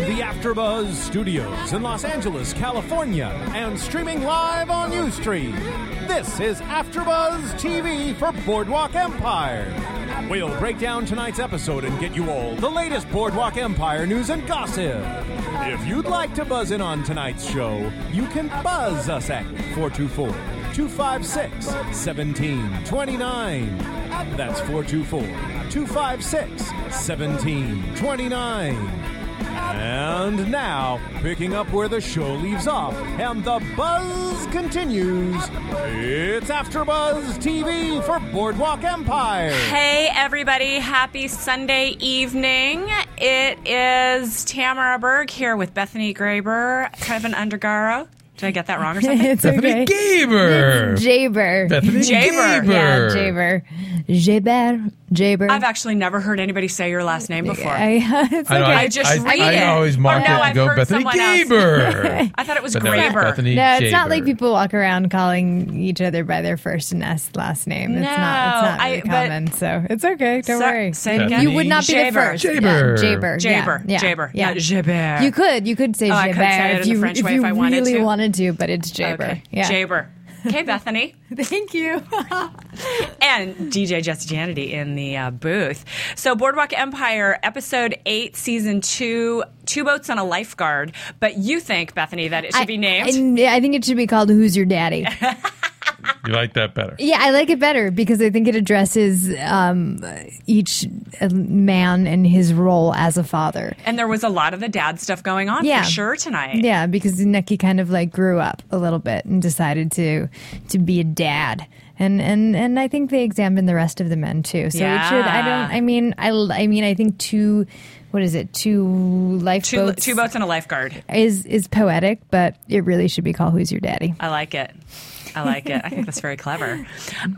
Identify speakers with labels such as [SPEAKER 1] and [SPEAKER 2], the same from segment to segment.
[SPEAKER 1] the AfterBuzz Studios in Los Angeles, California, and streaming live on UStream. This is AfterBuzz TV for Boardwalk Empire. We'll break down tonight's episode and get you all the latest Boardwalk Empire news and gossip. If you'd like to buzz in on tonight's show, you can buzz us at 424 256 1729. That's 424 256 1729. And now, picking up where the show leaves off and the buzz continues, it's AfterBuzz TV for Boardwalk Empire.
[SPEAKER 2] Hey, everybody. Happy Sunday evening. It is Tamara Berg here with Bethany Graber, Kevin Undergaro. Did I get that wrong or something?
[SPEAKER 3] it's okay.
[SPEAKER 4] Gaber.
[SPEAKER 3] Jaber.
[SPEAKER 4] Bethany
[SPEAKER 2] Jaber.
[SPEAKER 4] Gaber.
[SPEAKER 3] Yeah, Jaber. Jaber. Jaber.
[SPEAKER 2] I've actually never heard anybody say your last name before. I,
[SPEAKER 3] I, it's okay.
[SPEAKER 4] know,
[SPEAKER 2] I just read
[SPEAKER 4] I
[SPEAKER 2] it.
[SPEAKER 4] always
[SPEAKER 2] Or
[SPEAKER 4] mark
[SPEAKER 2] no,
[SPEAKER 4] it
[SPEAKER 2] I've
[SPEAKER 4] and go
[SPEAKER 2] heard
[SPEAKER 4] Bethany
[SPEAKER 2] someone else.
[SPEAKER 4] Gaber.
[SPEAKER 2] thought it was
[SPEAKER 4] But no, it's
[SPEAKER 2] Graber.
[SPEAKER 4] Bethany
[SPEAKER 3] no, it's not like
[SPEAKER 4] Jaber.
[SPEAKER 3] people walk around calling each other by their first and last last name. It's not. It's
[SPEAKER 2] No,
[SPEAKER 3] not really
[SPEAKER 2] I- but-
[SPEAKER 3] common. So it's okay. Don't
[SPEAKER 2] Sa-
[SPEAKER 3] worry.
[SPEAKER 2] say it again.
[SPEAKER 3] You would not be
[SPEAKER 2] Jaber.
[SPEAKER 3] the first. Yeah,
[SPEAKER 4] Jaber.
[SPEAKER 3] Jaber. Yeah,
[SPEAKER 2] Jaber. Jaber.
[SPEAKER 3] Yeah. Yeah.
[SPEAKER 2] Not Jaber.
[SPEAKER 3] You could. You could say
[SPEAKER 2] Oh, I
[SPEAKER 3] Jaber
[SPEAKER 2] could say it in
[SPEAKER 3] if
[SPEAKER 2] the
[SPEAKER 3] you
[SPEAKER 2] French
[SPEAKER 3] if
[SPEAKER 2] way
[SPEAKER 3] you
[SPEAKER 2] if I wanted
[SPEAKER 3] really
[SPEAKER 2] to.
[SPEAKER 3] wanted to, but it's Jaber.
[SPEAKER 2] Okay.
[SPEAKER 3] Yeah.
[SPEAKER 2] Jaber. Okay, Bethany.
[SPEAKER 3] Thank you.
[SPEAKER 2] and DJ Jesse Janity in the uh, booth. So, Boardwalk Empire, episode eight, season two, two boats on a lifeguard. But you think, Bethany, that it should be named?
[SPEAKER 3] And yeah, I think it should be called "Who's Your Daddy."
[SPEAKER 4] You like that better.
[SPEAKER 3] Yeah, I like it better because I think it addresses um, each uh, man and his role as a father.
[SPEAKER 2] and there was a lot of the dad stuff going on
[SPEAKER 3] Yeah.
[SPEAKER 2] for sure tonight.
[SPEAKER 3] Yeah, because Neki kind of like grew up a little bit and decided to to be a dad. And, and and I think they examined the rest of the men too. So it should. I don't.
[SPEAKER 2] Yeah.
[SPEAKER 3] I mean, I, l- I mean, I think two. What is it? Two
[SPEAKER 2] Two,
[SPEAKER 3] lifeboats.
[SPEAKER 2] two boats and a lifeguard.
[SPEAKER 3] is is poetic, but it really should be called "Who's Your Daddy."
[SPEAKER 2] I like it. I like it. I think that's very clever.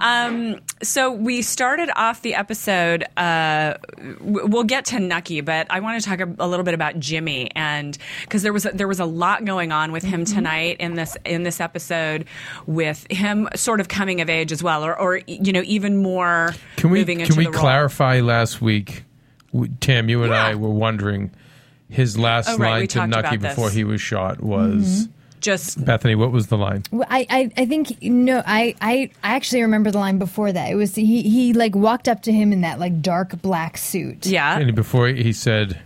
[SPEAKER 2] Um, so we started off the episode. Uh, w- we'll get to Nucky, but I want to talk a, a little bit about Jimmy and because there was a, there was a lot going on with
[SPEAKER 4] Mm-hmm.
[SPEAKER 2] him tonight in this in this episode with him sort of coming of age as well, or, or you know even more
[SPEAKER 4] Can we
[SPEAKER 2] moving into
[SPEAKER 4] can we
[SPEAKER 2] the role.
[SPEAKER 4] clarify last week? w- Tim, you and
[SPEAKER 2] Yeah.
[SPEAKER 4] I were wondering his last
[SPEAKER 2] Oh, right, we
[SPEAKER 4] line to
[SPEAKER 2] talked
[SPEAKER 4] Nucky
[SPEAKER 2] about this. Mm-hmm.
[SPEAKER 4] before he was shot was
[SPEAKER 2] Just
[SPEAKER 4] Bethany. What was the line?
[SPEAKER 2] Uh,
[SPEAKER 3] Well, I, I, I think no, I, I, I actually remember the line before that. It was he, he like walked up to him in that like dark black suit.
[SPEAKER 2] yeah,
[SPEAKER 4] And before he said,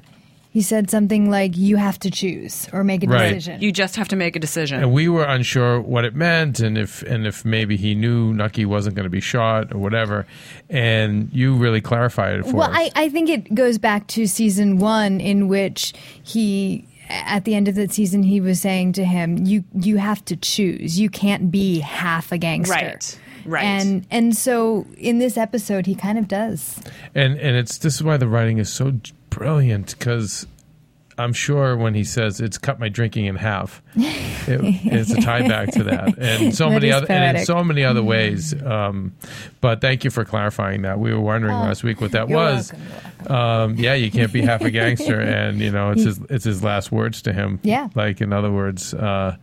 [SPEAKER 3] He said something like, "You have to choose or make a
[SPEAKER 4] Right.
[SPEAKER 3] decision."
[SPEAKER 2] you just have to make a decision.
[SPEAKER 4] and we were unsure what it meant, and if and if maybe he knew Nucky wasn't going to be shot or whatever, and you really clarified it for
[SPEAKER 3] well,
[SPEAKER 4] us.
[SPEAKER 3] I, I think it goes back to season one in which he. At the end of that season, he was saying to him, "You you have to choose. You can't be half a gangster."
[SPEAKER 2] Right. Right.
[SPEAKER 3] And and so in this episode, he kind of does.
[SPEAKER 4] and and it's this is why the writing is so j- brilliant because I'm sure when he says it's cut my drinking in half, it, it's a tie back to that, and so
[SPEAKER 3] That
[SPEAKER 4] many
[SPEAKER 3] is
[SPEAKER 4] other and in
[SPEAKER 3] poetic. Mm-hmm.
[SPEAKER 4] so many other ways. Um, but thank you for clarifying that. We were wondering last week what that
[SPEAKER 3] Oh, you're
[SPEAKER 4] was.
[SPEAKER 3] welcome,
[SPEAKER 4] Um, yeah, you can't be half a gangster, and you know it's his it's his last words to him.
[SPEAKER 3] Yeah.
[SPEAKER 4] like in other words, uh,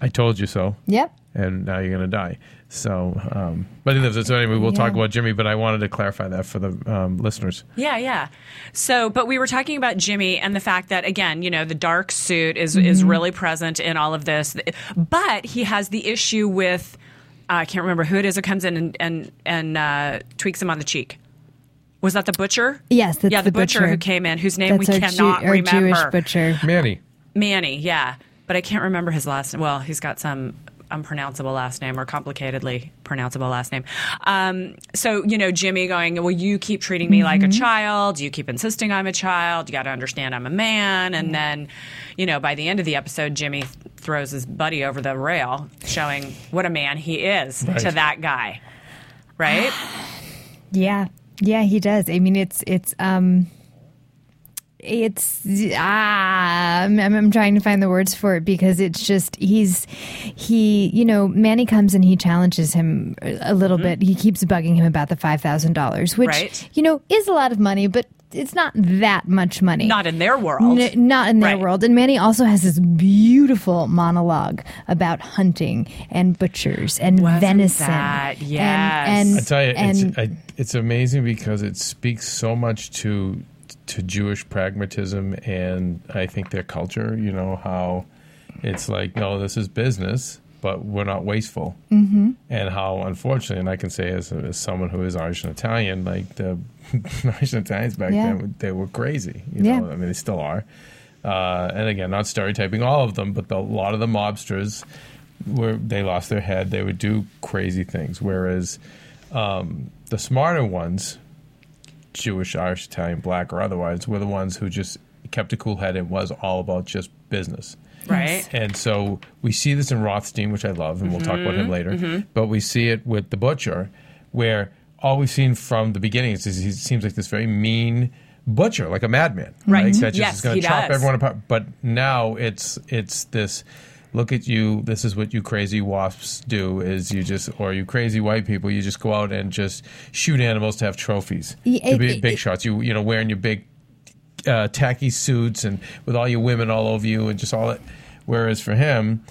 [SPEAKER 4] I told you so
[SPEAKER 3] Yep.
[SPEAKER 4] and now you're going to die. So, um, but he lives it. So anyway, we'll talk
[SPEAKER 3] Yeah.
[SPEAKER 4] about Jimmy. But I wanted to clarify that for the um, listeners.
[SPEAKER 2] Yeah, yeah. So, but we were talking about Jimmy and the fact that again, you know, the dark suit is is
[SPEAKER 3] Mm-hmm.
[SPEAKER 2] really present in all of this, but he has the issue with uh, I can't remember who it is that comes in and and and uh, tweaks him on the cheek. Was that the butcher?
[SPEAKER 3] Yes, that's
[SPEAKER 2] yeah, the,
[SPEAKER 3] the
[SPEAKER 2] butcher,
[SPEAKER 3] butcher.
[SPEAKER 2] who came in, whose name
[SPEAKER 3] That's
[SPEAKER 2] we
[SPEAKER 3] our, Jew-
[SPEAKER 2] cannot
[SPEAKER 3] our
[SPEAKER 2] remember.
[SPEAKER 3] Jewish butcher.
[SPEAKER 4] Manny,
[SPEAKER 2] Manny, yeah, but I can't remember his last. Well, he's got some unpronounceable last name or complicatedly pronounceable last name. Um, so you know, Jimmy going, well, you keep treating me like a
[SPEAKER 3] Mm-hmm.
[SPEAKER 2] child. You keep insisting I'm a child. You got to understand I'm a man. And then, you know, by the end of the episode, Jimmy th- throws his buddy over the rail, showing what a man he is to
[SPEAKER 4] Right.
[SPEAKER 2] that guy. Right?
[SPEAKER 3] Yeah. Yeah, he does. I mean, it's it's um it's ah, I'm, I'm I'm trying to find the words for it because it's just he's he you know Manny comes and he challenges him a little bit. He keeps bugging him about the five thousand dollars,
[SPEAKER 2] Mm-hmm.
[SPEAKER 3] which
[SPEAKER 2] Right.
[SPEAKER 3] you know is a lot of money, but it's not that much money.
[SPEAKER 2] Not in their world.
[SPEAKER 3] N- not in their
[SPEAKER 2] Right.
[SPEAKER 3] world. And Manny also has this beautiful monologue about hunting and butchers and
[SPEAKER 2] Wasn't
[SPEAKER 3] venison.
[SPEAKER 2] that-
[SPEAKER 3] and-
[SPEAKER 2] yes.
[SPEAKER 3] And,
[SPEAKER 4] I tell you,
[SPEAKER 3] and-
[SPEAKER 4] it's uh, I, it's amazing because it speaks so much to to Jewish pragmatism and I think their culture. You know how it's like, no, this is business, but we're not wasteful. Mm-hmm. And how, unfortunately, and I can say as, as someone who is Irish and Italian, like the Irish and Italians back
[SPEAKER 3] Yeah.
[SPEAKER 4] then, they were crazy. You
[SPEAKER 3] Yeah.
[SPEAKER 4] know, I mean, they still are. Uh, and again, not stereotyping all of them, but the, a lot of the mobsters were they lost their head. They would do crazy things. Whereas um, the smarter ones, Jewish, Irish, Italian, black, or otherwise, were the ones who just kept a cool head and was all about just business.
[SPEAKER 2] right?
[SPEAKER 4] And so we see this in Rothstein, which I love, and we'll talk about
[SPEAKER 2] Mm-hmm.
[SPEAKER 4] him later. But we see it with the butcher, where all we've seen from the beginning is he seems like this very mean butcher, like a madman,
[SPEAKER 2] Right. Mm-hmm.
[SPEAKER 4] That just
[SPEAKER 2] Yes,
[SPEAKER 4] is going
[SPEAKER 2] he
[SPEAKER 4] to chop
[SPEAKER 2] does.
[SPEAKER 4] everyone apart. But now it's it's this. Look at you! This is what you crazy wasps do: is you just, or you crazy white people, you just go out and just shoot animals to have trophies,
[SPEAKER 3] Yeah,
[SPEAKER 4] to be
[SPEAKER 3] it-
[SPEAKER 4] big
[SPEAKER 3] it-
[SPEAKER 4] shots. You you know wearing your big uh, tacky suits and with all your women all over you and just all that. Whereas for him,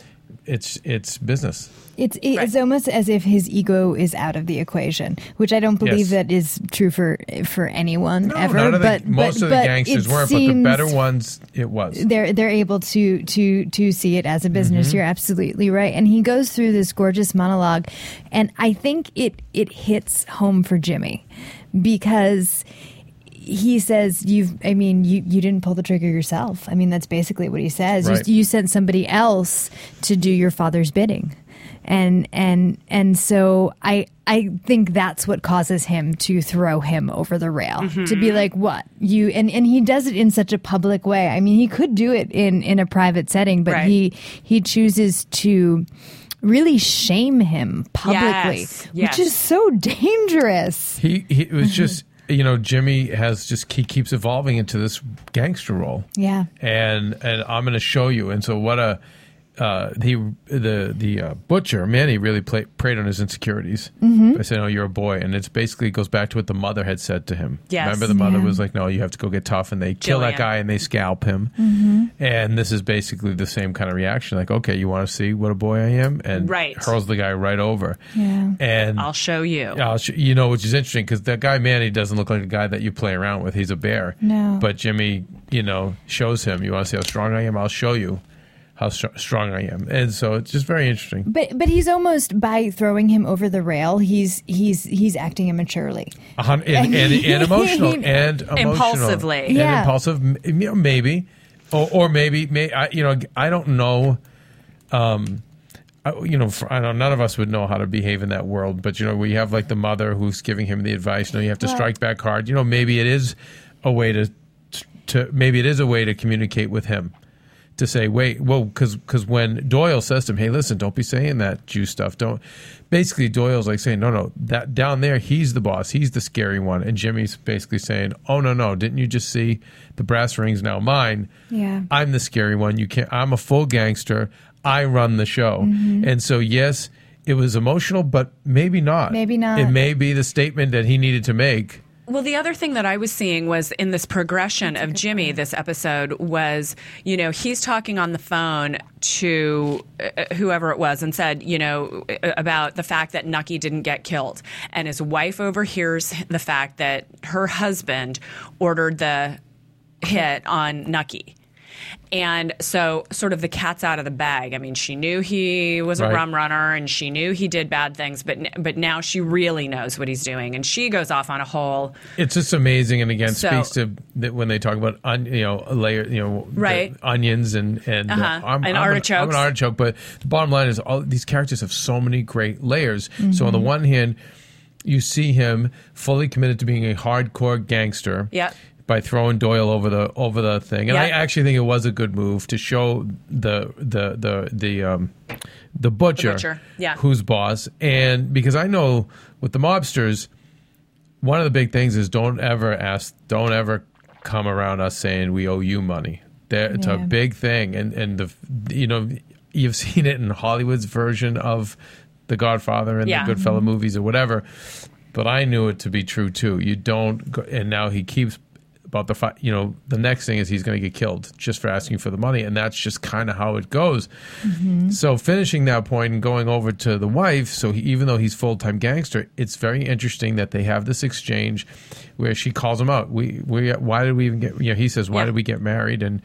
[SPEAKER 4] it's it's business.
[SPEAKER 3] It's it's
[SPEAKER 2] Right.
[SPEAKER 3] almost as if his ego is out of the equation, which I don't believe
[SPEAKER 4] Yes.
[SPEAKER 3] that is true for for anyone ever.
[SPEAKER 4] None of the,
[SPEAKER 3] but
[SPEAKER 4] most
[SPEAKER 3] but,
[SPEAKER 4] of the
[SPEAKER 3] but
[SPEAKER 4] gangsters
[SPEAKER 3] it
[SPEAKER 4] weren't, but the better
[SPEAKER 3] seems
[SPEAKER 4] ones, it was.
[SPEAKER 3] They're they're able to to to see it as a business.
[SPEAKER 4] Mm-hmm.
[SPEAKER 3] You're absolutely right. And he goes through this gorgeous monologue, and I think it it hits home for Jimmy because he says you've i mean you, you didn't pull the trigger yourself i mean that's basically what he says You-
[SPEAKER 4] Right.
[SPEAKER 3] you, sent somebody else to do your father's bidding and and and so i i think that's what causes him to throw him over the rail to
[SPEAKER 2] Mm-hmm.
[SPEAKER 3] be like what you and and he does it in such a public way i mean he could do it in in a private setting but
[SPEAKER 2] Right.
[SPEAKER 3] he he chooses to really shame him publicly
[SPEAKER 2] Yes, yes.
[SPEAKER 3] which is so dangerous
[SPEAKER 4] He he it was just you know Jimmy has just he keeps evolving into this gangster role.
[SPEAKER 3] Yeah.
[SPEAKER 4] and and I'm going to show you. And so what a uh, he the the uh, butcher Manny really play, preyed on his insecurities by saying, "Oh, you're a boy," and it's basically goes back to what the mother had said to him.
[SPEAKER 2] Yes.
[SPEAKER 4] remember the mother
[SPEAKER 3] Yeah.
[SPEAKER 4] was like, "No, you have to go get tough," and they kill that
[SPEAKER 2] Jillian.
[SPEAKER 4] guy and they scalp him. And this is basically the same kind of reaction, like, "Okay, you want to see what a boy I am?" and
[SPEAKER 2] Right.
[SPEAKER 4] hurls the guy right over.
[SPEAKER 3] Yeah.
[SPEAKER 4] and
[SPEAKER 2] I'll show you.
[SPEAKER 4] yeah, I'll sh- you know, which is interesting because that guy Manny doesn't look like a guy that you play around with. He's a bear.
[SPEAKER 3] No.
[SPEAKER 4] But Jimmy, you know, shows him. You want to see how strong I am? I'll show you how str- strong I am. And so it's just very interesting.
[SPEAKER 3] But but he's almost by throwing him over the rail. He's he's he's acting immaturely.
[SPEAKER 4] A hun- And, and, and emotional and emotional.
[SPEAKER 2] Impulsively.
[SPEAKER 4] and
[SPEAKER 3] Yeah.
[SPEAKER 4] impulsive, m- you know, maybe, or, or maybe, may, I, you know, I don't know. um, I- you know, for, I know none of us would know how to behave in that world, but you know, we have like the mother who's giving him the advice. You know, you have to strike back hard. You know, maybe it is a way to, to maybe it is a way to communicate with him to say, wait, well, because when Doyle says to him, hey, listen, don't be saying that Jew stuff. Don't. Basically, Doyle's like saying, no, no, that down there, he's the boss, he's the scary one, and Jimmy's basically saying, oh no, no, didn't you just see the brass rings now mine?
[SPEAKER 3] Yeah.
[SPEAKER 4] I'm the scary one. You can't. I'm a full gangster. I run the show.
[SPEAKER 3] Mm-hmm.
[SPEAKER 4] And so, yes, it was emotional, but maybe not.
[SPEAKER 3] Maybe not.
[SPEAKER 4] It may be the statement that he needed to make.
[SPEAKER 2] Well, the other thing that I was seeing was in this progression of Jimmy, this episode was, you know, he's talking on the phone to uh, whoever it was and said, you know, uh, about the fact that Nucky didn't get killed. And his wife overhears the fact that her husband ordered the hit on Nucky. And so, sort of the cat's out of the bag. I mean, she knew he was a
[SPEAKER 4] Right.
[SPEAKER 2] rum runner, and she knew he did bad things, but n- but now she really knows what he's doing, and she goes off on a whole
[SPEAKER 4] It's just amazing, and again,
[SPEAKER 2] So-
[SPEAKER 4] speaks to that when they talk about on, you know a layer, you know, the
[SPEAKER 2] Right.
[SPEAKER 4] onions and and, uh,
[SPEAKER 2] Uh-huh. And
[SPEAKER 4] an- I'm
[SPEAKER 2] artichokes.
[SPEAKER 4] an artichoke, but the bottom line is all these characters have so many great layers. So on the
[SPEAKER 2] Mm-hmm.
[SPEAKER 4] one hand, you see him fully committed to being a hardcore gangster.
[SPEAKER 2] Yep.
[SPEAKER 4] By throwing Doyle over the over the thing, and I
[SPEAKER 2] Yep.
[SPEAKER 4] actually think it was a good move to show the the the the um, the butcher,
[SPEAKER 2] butcher, yeah.
[SPEAKER 4] who's boss, and because I know with the mobsters, one of the big things is don't ever ask, don't ever come around us saying we owe you money. That it's a
[SPEAKER 3] Yeah.
[SPEAKER 4] big thing, and and the you know you've seen it in Hollywood's version of The Godfather and
[SPEAKER 2] Yeah.
[SPEAKER 4] the Goodfellow movies or whatever. But I knew it to be true too. You don't, go, and now he keeps about the fi- you know the next thing is he's going to get killed just for asking for the money, and that's just kind of how it goes. So finishing that point and going over to the wife, so he, even though he's full time gangster, it's very interesting that they have this exchange where she calls him out. We we why did we even get? You know, he says why
[SPEAKER 2] Yeah.
[SPEAKER 4] did we get married? And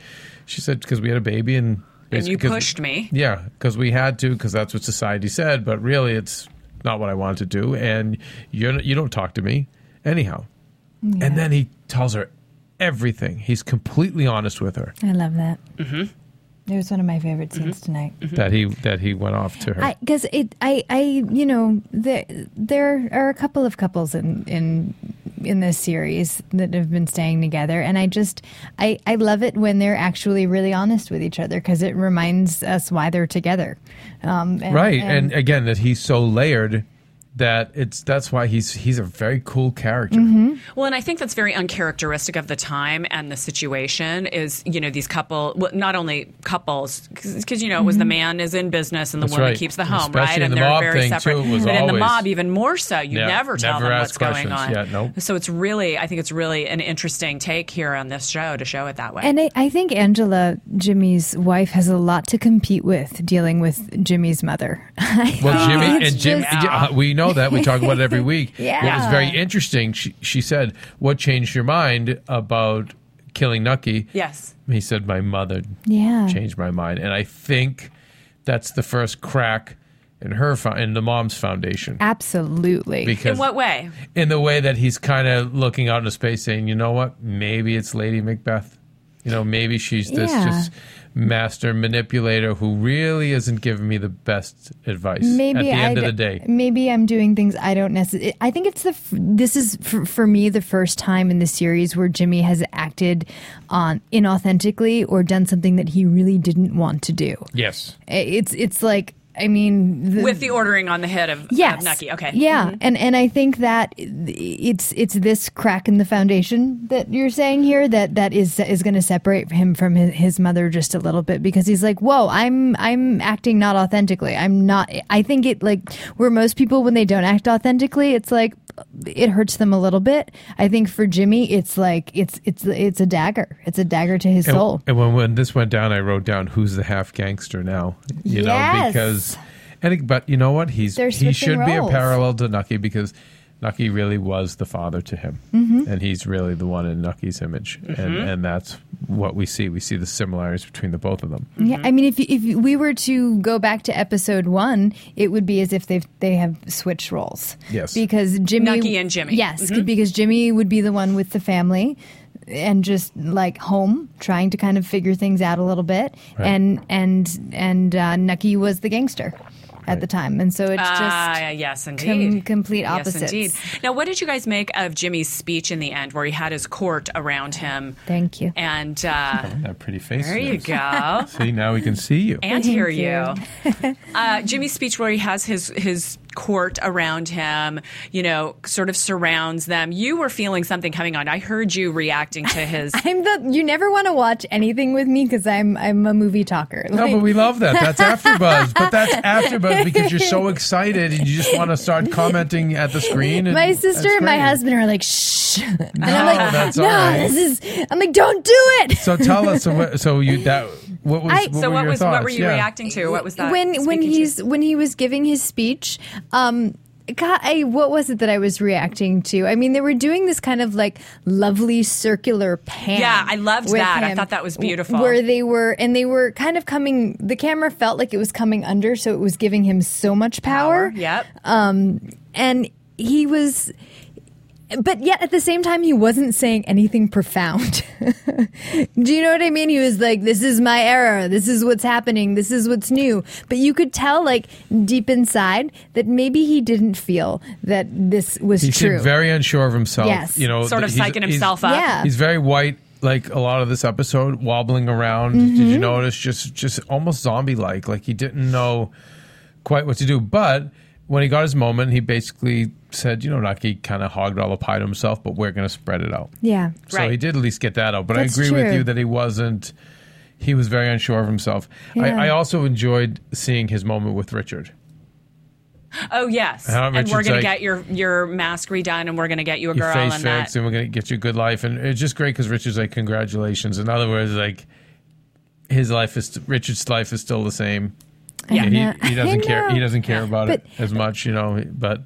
[SPEAKER 4] she said because we had a baby and
[SPEAKER 2] And you
[SPEAKER 4] basically 'cause-
[SPEAKER 2] pushed me.
[SPEAKER 4] Yeah, because we had to because that's what society said. But really, it's not what I wanted to do, and you you don't talk to me anyhow. And then he tells her everything. He's completely honest with her
[SPEAKER 3] I love that. Mm-hmm. It was one of my favorite scenes tonight.
[SPEAKER 2] Mm-hmm.
[SPEAKER 4] that he that he went off to her.
[SPEAKER 3] Because it, I, I, you know, there there are a couple of couples in in in this series that have been staying together, and I just, I, I love it when they're actually really honest with each other because it reminds us why they're together. Um, and-
[SPEAKER 4] right and, again that he's so layered that it's that's why he's he's a very cool character
[SPEAKER 3] Mm-hmm.
[SPEAKER 2] Well, and I think that's very uncharacteristic of the time and the situation is, you know, these couple, well, not only couples, because, you know, it was the man is in business and the
[SPEAKER 4] Mm-hmm. That's
[SPEAKER 2] woman
[SPEAKER 4] right.
[SPEAKER 2] keeps the
[SPEAKER 4] And
[SPEAKER 2] home,
[SPEAKER 4] especially
[SPEAKER 2] right?
[SPEAKER 4] in
[SPEAKER 2] And
[SPEAKER 4] the
[SPEAKER 2] they're
[SPEAKER 4] mob
[SPEAKER 2] very
[SPEAKER 4] thing, too,
[SPEAKER 2] separate.
[SPEAKER 4] it was
[SPEAKER 2] but in the
[SPEAKER 4] always-
[SPEAKER 2] mob, even more so, you
[SPEAKER 4] Yeah,
[SPEAKER 2] never tell
[SPEAKER 4] never
[SPEAKER 2] them
[SPEAKER 4] ask
[SPEAKER 2] what's going
[SPEAKER 4] questions.
[SPEAKER 2] on.
[SPEAKER 4] Yeah, nope.
[SPEAKER 2] So it's really, I think it's really an interesting take here on this show to show it that way.
[SPEAKER 3] And I, I think Angela, Jimmy's wife, has a lot to compete with dealing with Jimmy's mother.
[SPEAKER 4] well jimmy
[SPEAKER 3] Oh, it's
[SPEAKER 4] and jim
[SPEAKER 3] just-
[SPEAKER 4] yeah, we know that we talk about it every week
[SPEAKER 3] Yeah.
[SPEAKER 4] what was very interesting she, she said what changed your mind about killing nucky
[SPEAKER 2] yes.
[SPEAKER 4] he said my mother
[SPEAKER 3] Yeah.
[SPEAKER 4] changed my mind and i think that's the first crack in her fo- in the mom's foundation
[SPEAKER 3] Absolutely.
[SPEAKER 4] because
[SPEAKER 2] In what way?
[SPEAKER 4] in the way that he's kind of looking out into space saying, you know what, maybe it's Lady Macbeth. You know, maybe she's this
[SPEAKER 3] Yeah.
[SPEAKER 4] just master manipulator who really isn't giving me the best advice
[SPEAKER 3] maybe
[SPEAKER 4] at the end
[SPEAKER 3] I
[SPEAKER 4] of the
[SPEAKER 3] d-
[SPEAKER 4] day.
[SPEAKER 3] Maybe I'm doing things I don't necessarily. I think it's the. f- This is for, for me the first time in the series where Jimmy has acted on inauthentically or done something that he really didn't want to do.
[SPEAKER 4] Yes.
[SPEAKER 3] I- It's it's like I mean the,
[SPEAKER 2] With the ordering on the head of,
[SPEAKER 3] yes
[SPEAKER 2] of Nucky. Okay.
[SPEAKER 3] yeah and and I think that it's it's this crack in the foundation that you're saying here that that is is going to separate him from his, his mother just a little bit because he's like whoa I'm I'm acting not authentically I'm not I think it like where most people when they don't act authentically it's like it hurts them a little bit I think for Jimmy it's like it's it's it's a dagger it's a dagger to his soul
[SPEAKER 4] And, and when, when this went down, I wrote down who's the half gangster now. You know,
[SPEAKER 3] Yes.
[SPEAKER 4] because and it- but you know what? He's
[SPEAKER 3] They're switching
[SPEAKER 4] he should be a
[SPEAKER 3] roles.
[SPEAKER 4] parallel to Nucky because Nucky really was the father to him,
[SPEAKER 3] Mm-hmm.
[SPEAKER 4] and he's really the one in Nucky's image, and
[SPEAKER 2] Mm-hmm.
[SPEAKER 4] and that's what we see. We see the similarities between the both of them.
[SPEAKER 3] Yeah, I mean, if you- if we were to go back to episode one, it would be as if they they have switched roles.
[SPEAKER 4] Yes.
[SPEAKER 3] because Jimmy
[SPEAKER 2] Nucky and Jimmy. Mm-hmm.
[SPEAKER 3] Yes, because Jimmy would be the one with the family and just like home, trying to kind of figure things out a little bit,
[SPEAKER 4] Right.
[SPEAKER 3] and and and uh, Nucky was the gangster at the
[SPEAKER 4] Right.
[SPEAKER 3] time, and so it's
[SPEAKER 2] Ah,
[SPEAKER 3] just
[SPEAKER 2] yes,
[SPEAKER 3] com-
[SPEAKER 2] indeed.
[SPEAKER 3] complete
[SPEAKER 2] Yes,
[SPEAKER 3] opposites.
[SPEAKER 2] indeed. Now, what did you guys make of Jimmy's speech in the end, where he had his court around him?
[SPEAKER 3] Thank you.
[SPEAKER 2] And uh,
[SPEAKER 4] That pretty face.
[SPEAKER 2] there
[SPEAKER 4] of
[SPEAKER 2] you
[SPEAKER 4] yours.
[SPEAKER 2] go.
[SPEAKER 4] See, now we can see you.
[SPEAKER 2] And hear
[SPEAKER 3] Thank
[SPEAKER 2] you. uh, Jimmy's speech, where he has his his court around him, you know, sort of surrounds them. You were feeling something coming on. I heard you reacting to his.
[SPEAKER 3] I'm the you never want to watch anything with me because I'm I'm a movie talker.
[SPEAKER 4] No,
[SPEAKER 3] Like-
[SPEAKER 4] but we love that. That's after buzz, but that's after buzz because you're so excited and you just want to start commenting at the screen. and
[SPEAKER 3] my
[SPEAKER 4] that's
[SPEAKER 3] sister and my
[SPEAKER 4] great.
[SPEAKER 3] husband are like, shh. And
[SPEAKER 4] No,
[SPEAKER 3] I'm like,
[SPEAKER 4] that's
[SPEAKER 3] no,
[SPEAKER 4] all right.
[SPEAKER 3] this is, I'm like, don't do it.
[SPEAKER 4] So tell us. So, what, so you that what was
[SPEAKER 3] I-
[SPEAKER 4] what
[SPEAKER 2] so
[SPEAKER 4] were
[SPEAKER 2] what
[SPEAKER 4] your
[SPEAKER 2] was
[SPEAKER 4] thoughts?
[SPEAKER 2] what were you
[SPEAKER 4] Yeah.
[SPEAKER 2] reacting to? What was that?
[SPEAKER 3] when when
[SPEAKER 2] speaking to you?
[SPEAKER 3] he's when he was giving his speech um God, I, what was it that I was reacting to? I mean, they were doing this kind of like lovely circular pan.
[SPEAKER 2] Yeah, I loved
[SPEAKER 3] with
[SPEAKER 2] that. I
[SPEAKER 3] him,
[SPEAKER 2] thought that was
[SPEAKER 3] w-
[SPEAKER 2] beautiful.
[SPEAKER 3] Where they were, and they were kind of coming. The camera felt like it was coming under, so it was giving him so much power.
[SPEAKER 2] Yep.
[SPEAKER 3] and he was but yet at the same time he wasn't saying anything profound do you know what i mean he was like this is my era this is what's happening this is what's new but you could tell like deep inside that maybe he didn't feel that this was
[SPEAKER 4] He
[SPEAKER 3] true
[SPEAKER 4] seemed very unsure of himself.
[SPEAKER 3] Yes.
[SPEAKER 4] You know,
[SPEAKER 2] sort of
[SPEAKER 4] th- he's-
[SPEAKER 2] psyching
[SPEAKER 4] he's-
[SPEAKER 2] himself up.
[SPEAKER 3] Oh, Yeah.
[SPEAKER 4] He's very white, like a lot of this episode, wobbling around. Did
[SPEAKER 3] Mm-hmm.
[SPEAKER 4] you notice? Just, just almost zombie like. Like he didn't know quite what to do. But when he got his moment, he basically said, you know, Rocky kind of hogged all the pie to himself, but we're going to spread it out.
[SPEAKER 3] Yeah.
[SPEAKER 4] So
[SPEAKER 2] Right.
[SPEAKER 4] he did at least get that out. But
[SPEAKER 3] That's
[SPEAKER 4] I agree with
[SPEAKER 3] true.
[SPEAKER 4] you that he wasn't. He was very unsure of himself.
[SPEAKER 3] Yeah.
[SPEAKER 4] I, I also enjoyed seeing his moment with Richard.
[SPEAKER 2] Oh yes,
[SPEAKER 4] How
[SPEAKER 2] and
[SPEAKER 4] much
[SPEAKER 2] we're
[SPEAKER 4] it's
[SPEAKER 2] gonna
[SPEAKER 4] like-
[SPEAKER 2] get your your mask redone, and we're gonna get you a
[SPEAKER 4] Your
[SPEAKER 2] girl,
[SPEAKER 4] face
[SPEAKER 2] and
[SPEAKER 4] fixed,
[SPEAKER 2] that.
[SPEAKER 4] and we're going to get you a good life. And it's just great because Richard's like, congratulations. In other words, like his life is Richard's life is still the same.
[SPEAKER 2] Yeah.
[SPEAKER 4] He,
[SPEAKER 3] know.
[SPEAKER 4] he doesn't
[SPEAKER 3] I
[SPEAKER 4] care. He
[SPEAKER 3] know.
[SPEAKER 4] doesn't care about it
[SPEAKER 3] But-
[SPEAKER 4] as much, you know. But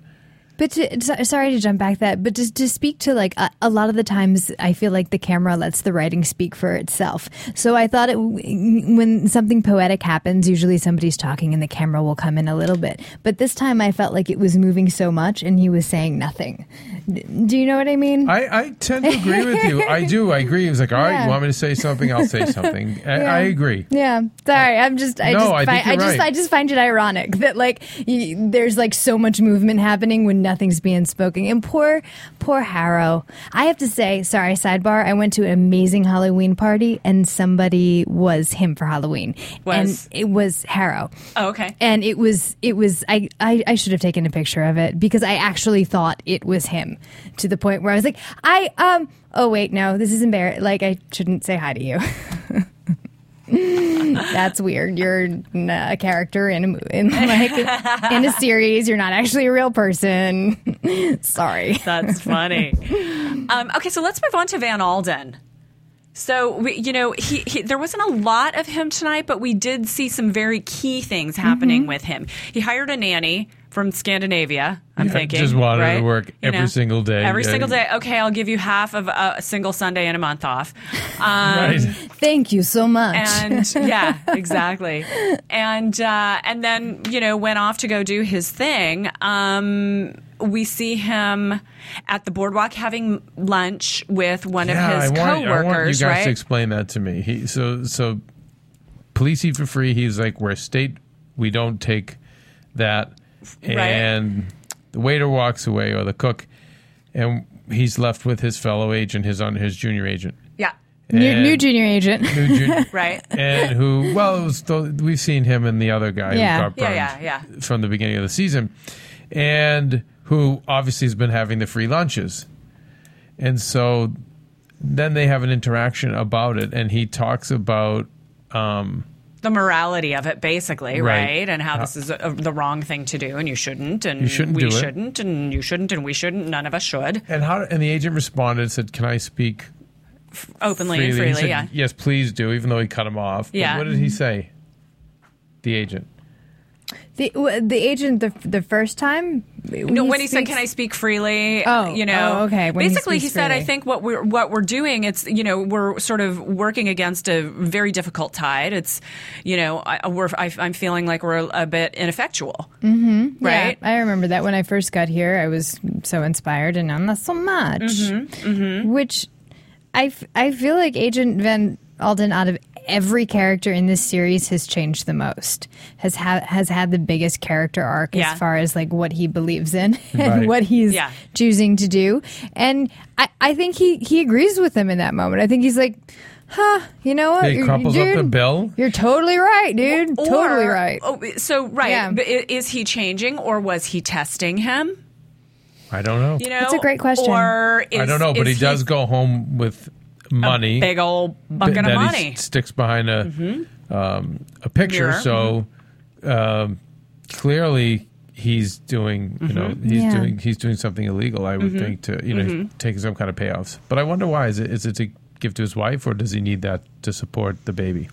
[SPEAKER 3] But to, so- sorry to jump back that, but to, to speak to like a, a lot of the times, I feel like the camera lets the writing speak for itself. So I thought it, when something poetic happens, usually somebody's talking and the camera will come in a little bit. But this time, I felt like it was moving so much and he was saying nothing. D- Do you know what I mean?
[SPEAKER 4] I, I tend to agree with you. I do. I agree. He was like, all right,
[SPEAKER 3] Yeah.
[SPEAKER 4] you want me to say something? I'll say something. I, I agree.
[SPEAKER 3] yeah, sorry. I'm just. I
[SPEAKER 4] Uh, No,
[SPEAKER 3] just. fi-
[SPEAKER 4] I think you're
[SPEAKER 3] just.
[SPEAKER 4] right.
[SPEAKER 3] I just find it ironic that like y there's like so much movement happening when nothing's being spoken. And poor, poor Harrow. I have to say, sorry. Sidebar. I went to an amazing Halloween party, and somebody was him for Halloween,
[SPEAKER 2] Was.
[SPEAKER 3] and it was Harrow.
[SPEAKER 2] Oh, okay.
[SPEAKER 3] And it was, it was. I, I, I should have taken a picture of it because I actually thought it was him, to the point where I was like, I um. Oh wait, no, this is embarrassing. Like I shouldn't say hi to you. That's weird. You're n- a character in a movie, in like in a series. You're not actually a real person. Sorry.
[SPEAKER 2] That's funny. um, okay, so let's move on to Van Alden. So we, you know, he, he there wasn't a lot of him tonight, but we did see some very key things
[SPEAKER 4] Mm-hmm.
[SPEAKER 2] happening with him. He hired a nanny from Scandinavia. I'm
[SPEAKER 4] Yeah,
[SPEAKER 2] thinking
[SPEAKER 4] just wanted her to
[SPEAKER 2] right?
[SPEAKER 4] work every single day.
[SPEAKER 2] Every
[SPEAKER 4] Yeah.
[SPEAKER 2] single day. Okay, I'll give you half of a single Sunday and a month off. Um,
[SPEAKER 4] Right.
[SPEAKER 3] Thank you so much.
[SPEAKER 2] and yeah, exactly. And uh, and then you know went off to go do his thing. Um, we see him at the boardwalk having lunch with one of his
[SPEAKER 4] I want, I
[SPEAKER 2] coworkers,
[SPEAKER 4] want you guys
[SPEAKER 2] right?
[SPEAKER 4] to explain that to me. He, so, so police eat for free. He's like, we're a state. We don't take that.
[SPEAKER 2] Right.
[SPEAKER 4] And the waiter walks away, or the cook, and he's left with his fellow agent, his on his junior agent,
[SPEAKER 2] yeah,
[SPEAKER 3] new,
[SPEAKER 4] and-
[SPEAKER 3] new junior agent.
[SPEAKER 4] new junior,
[SPEAKER 2] right.
[SPEAKER 4] and who? Well, it was the, we've seen him and the other guy
[SPEAKER 3] Yeah.
[SPEAKER 4] who got
[SPEAKER 2] Yeah,
[SPEAKER 4] burned
[SPEAKER 2] yeah, yeah.
[SPEAKER 4] from the beginning of the season, and who obviously has been having the free lunches, and so then they have an interaction about it, and he talks about
[SPEAKER 2] The morality of it, basically, right?
[SPEAKER 4] Right.
[SPEAKER 2] And how this is a, the wrong thing to do, and you shouldn't, and you
[SPEAKER 4] shouldn't
[SPEAKER 2] we
[SPEAKER 4] do it.
[SPEAKER 2] shouldn't, and you shouldn't, and we shouldn't. None of us should
[SPEAKER 4] and how and the agent responded said, "Can I speak
[SPEAKER 2] openly
[SPEAKER 4] freely?"
[SPEAKER 2] and
[SPEAKER 4] He
[SPEAKER 2] freely.
[SPEAKER 4] said,
[SPEAKER 2] yeah.
[SPEAKER 4] Yes, please do. Even though he cut him off. But
[SPEAKER 2] Yeah. Mm-hmm.
[SPEAKER 4] what did he say? The agent.
[SPEAKER 3] The, w- the agent the, the first time.
[SPEAKER 2] No, when he said, "Can I speak freely?"
[SPEAKER 3] Oh,
[SPEAKER 2] you know,
[SPEAKER 3] oh, okay, when he
[SPEAKER 2] Basically, he,
[SPEAKER 3] speaks
[SPEAKER 2] said, "I
[SPEAKER 3] freely.
[SPEAKER 2] think what we're what we're doing. It's you know we're sort of working against a very difficult tide. It's you know I, we're I, I'm feeling like we're a bit ineffectual, mm-hmm, right?
[SPEAKER 3] I remember that when I first got here, I was so inspired, and now not so much.
[SPEAKER 2] Mm-hmm,
[SPEAKER 3] Which I, f- I feel like Agent Van Alden, out of every character in this series, has changed the most. Has ha- has had the biggest character arc
[SPEAKER 2] Yeah.
[SPEAKER 3] as far as like what he believes in and
[SPEAKER 4] Right.
[SPEAKER 3] what he's
[SPEAKER 2] Yeah.
[SPEAKER 3] choosing to do. And I, I think he he agrees with him in that moment. I think he's like. Huh, you know what?
[SPEAKER 4] He
[SPEAKER 3] You're-
[SPEAKER 4] crumples up the
[SPEAKER 3] dude,
[SPEAKER 4] bill.
[SPEAKER 3] You're totally right, dude. totally
[SPEAKER 2] Or-
[SPEAKER 3] right.
[SPEAKER 2] Oh, so right.
[SPEAKER 3] Yeah.
[SPEAKER 2] But i- is he changing, or was he testing him?
[SPEAKER 4] I don't know.
[SPEAKER 2] You know,
[SPEAKER 3] That's a great question.
[SPEAKER 2] Or is,
[SPEAKER 4] I don't know, but he
[SPEAKER 2] is
[SPEAKER 4] does go home with money.
[SPEAKER 2] big old bucket of
[SPEAKER 4] that he
[SPEAKER 2] money. Mm-hmm.
[SPEAKER 4] s- sticks behind a um, a picture.
[SPEAKER 2] Mirror.
[SPEAKER 4] So um, clearly, he's doing you
[SPEAKER 2] Mm-hmm.
[SPEAKER 4] know he's
[SPEAKER 3] Yeah.
[SPEAKER 4] doing he's doing something illegal. I would think to you know he's
[SPEAKER 2] Mm-hmm.
[SPEAKER 4] taking some kind of payoffs. But I wonder why is it is it to give to his wife or does he need that to support the baby?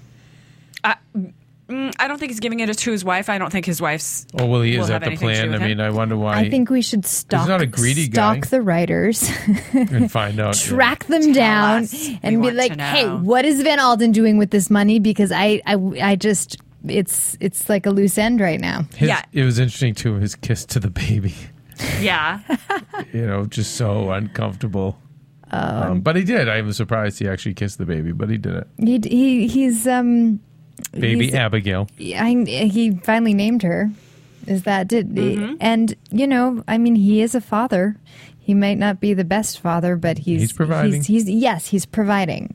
[SPEAKER 2] I don't think he's giving it to his wife. I don't think his wife's.
[SPEAKER 4] Or will he
[SPEAKER 2] Will
[SPEAKER 4] is
[SPEAKER 2] have
[SPEAKER 4] that the
[SPEAKER 2] anything to do
[SPEAKER 4] plan? I
[SPEAKER 2] with it.
[SPEAKER 4] mean, I wonder why.
[SPEAKER 3] I think we should stalk,
[SPEAKER 4] not a greedy
[SPEAKER 3] stalk
[SPEAKER 4] guy.
[SPEAKER 3] the writers,
[SPEAKER 4] and find out. yeah.
[SPEAKER 3] track them down,
[SPEAKER 2] us. We
[SPEAKER 3] and be
[SPEAKER 2] want
[SPEAKER 3] like,
[SPEAKER 2] to
[SPEAKER 3] "Hey,
[SPEAKER 2] know."
[SPEAKER 3] what is Van Alden doing with this money?" Because I, I, I just, it's, it's like a loose end right now.
[SPEAKER 4] His-
[SPEAKER 2] Yeah.
[SPEAKER 4] It was interesting too. His kiss to the baby. Oh.
[SPEAKER 2] Yeah,
[SPEAKER 4] you know, just so uncomfortable. Um, but he did. I was surprised he actually kissed the baby, but he did it.
[SPEAKER 3] He, he, he's, um,
[SPEAKER 4] Baby
[SPEAKER 3] He's-
[SPEAKER 4] Abigail.
[SPEAKER 3] I, he finally named her. Is that did?
[SPEAKER 2] Mm-hmm.
[SPEAKER 3] And you know, I mean, he is a father. He might not be the best father, but he's
[SPEAKER 4] He's providing.
[SPEAKER 3] He's, he's yes, he's providing.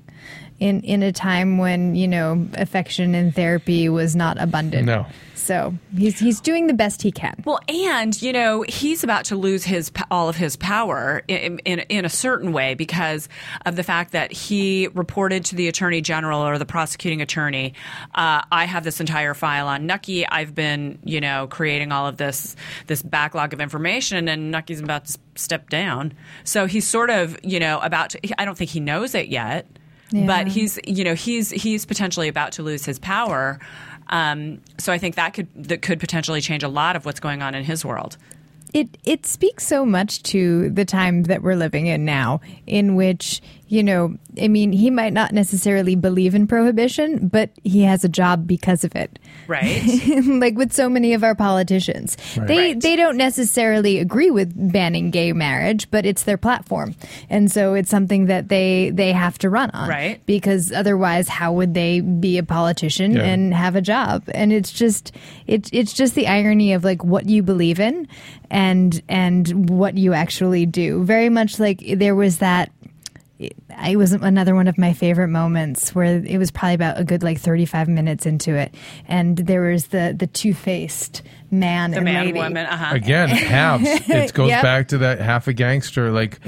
[SPEAKER 3] In in a time when you know affection and therapy was not abundant.
[SPEAKER 4] No.
[SPEAKER 3] So he's he's doing the best he can.
[SPEAKER 2] Well, and you know he's about to lose his all of his power in, in in a certain way because of the fact that he reported to the attorney general or the prosecuting attorney. Uh, I have this entire file on Nucky. I've been you know creating all of this this backlog of information, and Nucky's about to step down. So he's sort of you know about. To, I don't think he knows it yet, but
[SPEAKER 3] Yeah.
[SPEAKER 2] he's you know he's he's potentially about to lose his power. Um, so I think that could that could potentially change a lot of what's going on in his world.
[SPEAKER 3] it it speaks so much to the time that we're living in now in which you know i mean he might not necessarily believe in prohibition but he has a job because of it
[SPEAKER 2] Right.
[SPEAKER 3] like with so many of our politicians they
[SPEAKER 2] Right.
[SPEAKER 3] they don't necessarily agree with banning gay marriage but it's their platform and so it's something that they they have to run on
[SPEAKER 2] Right.
[SPEAKER 3] because otherwise how would they be a politician
[SPEAKER 4] Yeah.
[SPEAKER 3] and have a job and it's just it's it's just the irony of like what you believe in and and what you actually do very much like there was that it was another one of my favorite moments where it was probably about a good like 35 minutes into it and there was the the two-faced man
[SPEAKER 2] the
[SPEAKER 3] and
[SPEAKER 2] man,
[SPEAKER 3] lady.
[SPEAKER 2] woman. Uh huh.
[SPEAKER 4] Again, halves. It goes
[SPEAKER 3] Yep.
[SPEAKER 4] back to that half a gangster, like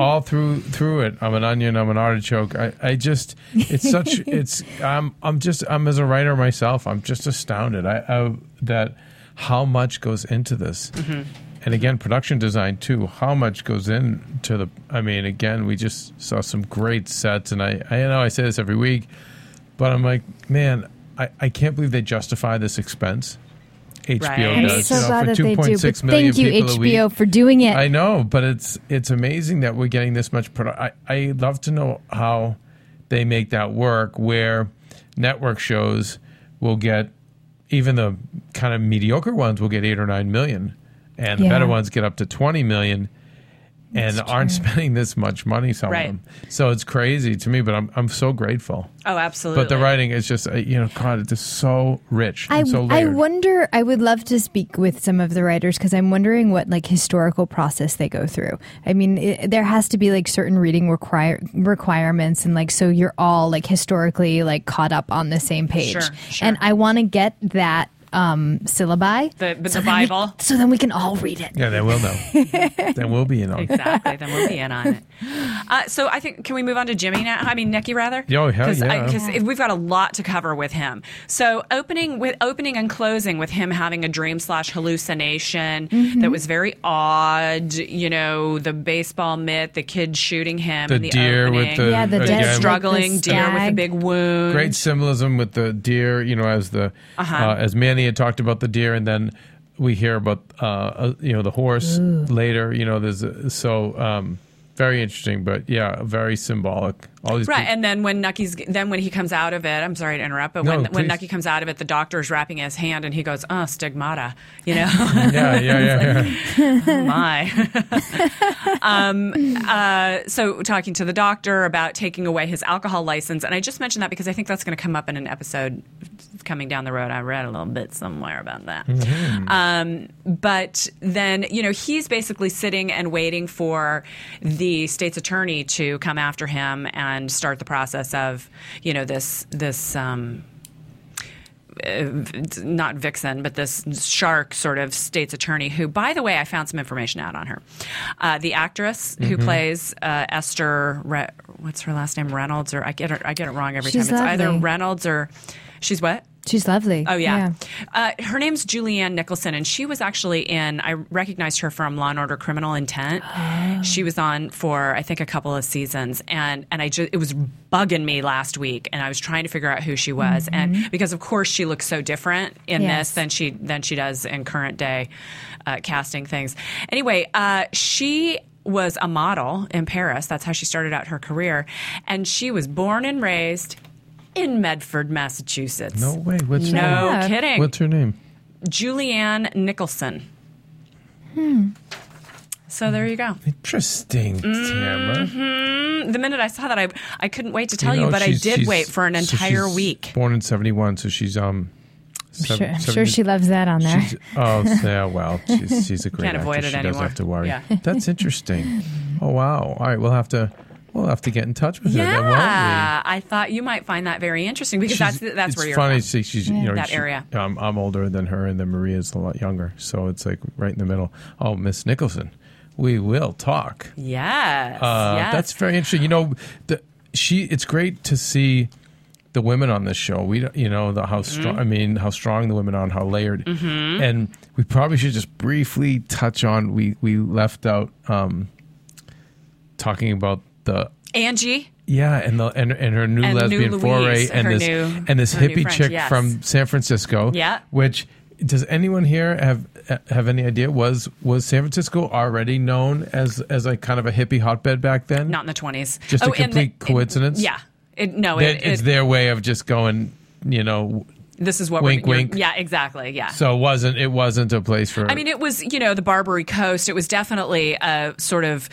[SPEAKER 4] all through through it. I'm an onion. I'm an artichoke. I, I just, it's such. it's. I'm. I'm just. I'm as a writer myself. I'm just astounded. I, I that how much goes into this, and again, production design too. How much goes into the? I mean, again, we just saw some great sets, and I. I know I say this every week, but I'm like, man, I, I can't believe they justify this expense. HBO
[SPEAKER 2] Right.
[SPEAKER 3] i'm
[SPEAKER 4] does.
[SPEAKER 3] so
[SPEAKER 4] you know,
[SPEAKER 3] glad
[SPEAKER 4] for
[SPEAKER 3] that they do
[SPEAKER 4] 2.6
[SPEAKER 3] but
[SPEAKER 4] million
[SPEAKER 3] thank you
[SPEAKER 4] people a week.
[SPEAKER 3] hbo for doing it
[SPEAKER 4] I know, but it's it's amazing that we're getting this much product. I I love to know how they make that work. Where network shows will get even the kind of mediocre ones will get eight or nine million, and the
[SPEAKER 3] Yeah.
[SPEAKER 4] better ones get up to twenty million, and aren't spending this much money. Some
[SPEAKER 2] Right.
[SPEAKER 4] of them, so it's crazy to me. But I'm I'm so grateful.
[SPEAKER 2] Oh, absolutely.
[SPEAKER 4] But the writing is just uh, you know, God, it's just so rich.
[SPEAKER 3] I,
[SPEAKER 4] and so
[SPEAKER 3] I
[SPEAKER 4] layered.
[SPEAKER 3] wonder i would love to speak with some of the writers because i'm wondering what like historical process they go through i mean it, there has to be like certain reading require requirements and like so you're all like historically like caught up on the same page
[SPEAKER 2] Sure, sure.
[SPEAKER 3] and i want to get that um syllabi
[SPEAKER 2] The- but the
[SPEAKER 3] then we-
[SPEAKER 2] Bible.
[SPEAKER 3] so then we can all read it
[SPEAKER 4] yeah, they will know. then we'll be in on. it.
[SPEAKER 2] exactly. Then we'll be in on it. Uh, so I think can we move on to Jimmy now? I mean Nicky rather.
[SPEAKER 4] Oh, hell
[SPEAKER 2] Because
[SPEAKER 4] yeah.
[SPEAKER 2] we've got a lot to cover with him. So opening with opening and closing with him having a dream slash hallucination that was very odd. You know the baseball myth, the kid shooting him,
[SPEAKER 4] The
[SPEAKER 2] in the
[SPEAKER 4] deer with
[SPEAKER 2] opening.
[SPEAKER 4] the-
[SPEAKER 3] yeah the
[SPEAKER 4] Again,
[SPEAKER 3] dead
[SPEAKER 4] with
[SPEAKER 2] struggling deer with a big wound.
[SPEAKER 4] great symbolism with the deer you know as the uh
[SPEAKER 2] Uh-huh.
[SPEAKER 4] as manny had talked about the deer and then we hear about uh, uh you know the horse later you know there's a, so um very interesting but yeah very symbolic all these
[SPEAKER 2] Right,
[SPEAKER 4] peop-
[SPEAKER 2] and then when Nucky's then when he comes out of it, I'm sorry to interrupt, but
[SPEAKER 4] No,
[SPEAKER 2] when when
[SPEAKER 4] please.
[SPEAKER 2] Nucky comes out of it, the doctor is wrapping his hand, and he goes, "Oh, stigmata," you know,
[SPEAKER 4] yeah yeah yeah, yeah.
[SPEAKER 2] Oh, my. um, uh, so talking to the doctor about taking away his alcohol license, and I just mentioned that because I think that's going to come up in an episode coming down the road. I read a little bit somewhere about that. Um, but then you know he's basically sitting and waiting for the state's attorney to come after him and start the process of you know this this. Um, not Vixen, but this shark sort of state's attorney, who, by the way, I found some information out on her. Uh, the actress
[SPEAKER 3] Mm-hmm.
[SPEAKER 2] who plays uh, Esther, Re- what's her last name, Reynolds, or I get her, I get it wrong every
[SPEAKER 3] She's
[SPEAKER 2] time. It's either
[SPEAKER 3] lovely.
[SPEAKER 2] Reynolds or she's what?
[SPEAKER 3] she's lovely
[SPEAKER 2] Oh yeah. Uh, her name's Julianne Nicholson, and she was actually in. I recognized her from Law and Order: Criminal Intent. She was on for I think a couple of seasons, and and I just it was bugging me last week, and I was trying to figure out who she was, and because of course she looks so different in
[SPEAKER 3] Yes.
[SPEAKER 2] this than she than she does in current day uh, casting things. Anyway, uh, she. Was a model in Paris. That's how she started out her career. And she was born and raised in Medford, Massachusetts.
[SPEAKER 4] no way what's her
[SPEAKER 2] No
[SPEAKER 3] Yeah.
[SPEAKER 2] kidding.
[SPEAKER 4] name what's her name
[SPEAKER 2] Julianne Nicholson. Hmm. So there you go.
[SPEAKER 4] interesting
[SPEAKER 2] Mm.
[SPEAKER 4] Tamara.
[SPEAKER 2] The minute I saw that, I I couldn't wait to tell you,
[SPEAKER 4] know,
[SPEAKER 2] but I
[SPEAKER 4] she's-
[SPEAKER 2] did
[SPEAKER 4] she's-
[SPEAKER 2] wait for an
[SPEAKER 4] so
[SPEAKER 2] entire
[SPEAKER 4] she's
[SPEAKER 2] week.
[SPEAKER 4] born in 71 so she's um
[SPEAKER 3] I'm
[SPEAKER 4] sev-
[SPEAKER 3] sure, I'm sure
[SPEAKER 4] 70
[SPEAKER 3] she loves that on there.
[SPEAKER 4] She's, oh yeah, well, she's, she's a great
[SPEAKER 2] Can't
[SPEAKER 4] actress.
[SPEAKER 2] avoid it
[SPEAKER 4] she doesn't
[SPEAKER 2] anymore.
[SPEAKER 4] have to worry.
[SPEAKER 2] Yeah.
[SPEAKER 4] That's interesting. Oh wow! All right, we'll have to We'll have to get in touch with her. Then, won't
[SPEAKER 2] Yeah, I thought you might find that very interesting
[SPEAKER 4] we?
[SPEAKER 2] because that's
[SPEAKER 4] She's-
[SPEAKER 2] that's
[SPEAKER 4] it's
[SPEAKER 2] where you're
[SPEAKER 4] funny.
[SPEAKER 2] from.
[SPEAKER 4] See, she's you know
[SPEAKER 2] That
[SPEAKER 4] she-
[SPEAKER 2] area.
[SPEAKER 4] I'm, I'm older than her, and then Maria's a lot younger, so it's like right in the middle. Oh, Miss Nicholson, we will talk.
[SPEAKER 2] Yes,
[SPEAKER 4] Uh,
[SPEAKER 2] yes.
[SPEAKER 4] That's very interesting. You know, the, she. It's great to see the women on this show. We, don't- you know, the how
[SPEAKER 2] Mm-hmm.
[SPEAKER 4] strong. I mean, how strong the women are, and how layered. And we probably should just briefly touch on. We we left out um, talking about the
[SPEAKER 2] Angie.
[SPEAKER 4] yeah, and the and, and her new
[SPEAKER 2] And new
[SPEAKER 4] lesbian
[SPEAKER 2] Louise,
[SPEAKER 4] foray, and
[SPEAKER 2] her
[SPEAKER 4] this
[SPEAKER 2] new-
[SPEAKER 4] and this
[SPEAKER 2] her new
[SPEAKER 4] hippie
[SPEAKER 2] friend,
[SPEAKER 4] chick
[SPEAKER 2] yes.
[SPEAKER 4] from San Francisco.
[SPEAKER 2] Yeah.
[SPEAKER 4] which does anyone here have have any idea? Was was San Francisco already known as as like kind of a hippie hotbed back then?
[SPEAKER 2] Not in the twenties.
[SPEAKER 4] Just a complete coincidence?
[SPEAKER 2] yeah. It, no,
[SPEAKER 4] That-
[SPEAKER 2] it,
[SPEAKER 4] it's
[SPEAKER 2] it-
[SPEAKER 4] their way of just going. You know,
[SPEAKER 2] this is what
[SPEAKER 4] wink,
[SPEAKER 2] we're, you're-
[SPEAKER 4] wink.
[SPEAKER 2] Yeah, exactly. Yeah.
[SPEAKER 4] so it wasn't it wasn't a place for.
[SPEAKER 2] I mean, it was, you know, the Barbary Coast. It was definitely a sort of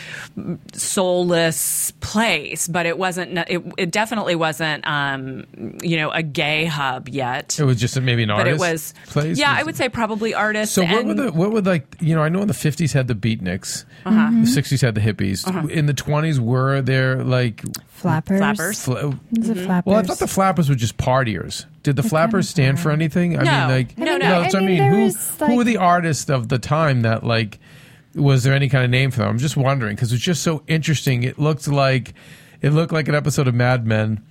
[SPEAKER 2] soulless place, but it wasn't, it, it definitely wasn't, um, you know, a gay hub yet.
[SPEAKER 4] it was just maybe an
[SPEAKER 2] but it
[SPEAKER 4] artist
[SPEAKER 2] was,
[SPEAKER 4] place.
[SPEAKER 2] yeah, I would say probably artists.
[SPEAKER 4] So what
[SPEAKER 2] and-
[SPEAKER 4] were the what were like you know I know in the fifties had the beatniks,
[SPEAKER 2] Uh-huh.
[SPEAKER 4] the sixties had the hippies. In the twenties were there like
[SPEAKER 3] Flappers.
[SPEAKER 2] Flappers. Mm-hmm.
[SPEAKER 4] fl-
[SPEAKER 3] Is it flappers?
[SPEAKER 4] Well, I thought the flappers were just partiers. Did the flappers stand for anything? I
[SPEAKER 2] No.
[SPEAKER 4] mean, like,
[SPEAKER 2] No, no.
[SPEAKER 4] you know, that's
[SPEAKER 3] I
[SPEAKER 4] what
[SPEAKER 3] mean, there
[SPEAKER 4] who
[SPEAKER 3] was,
[SPEAKER 4] who were
[SPEAKER 3] like-
[SPEAKER 4] the artists of the time that like was there any kind of name for them? I'm just wondering because it's just so interesting. It looked like it looked like an episode of Mad Men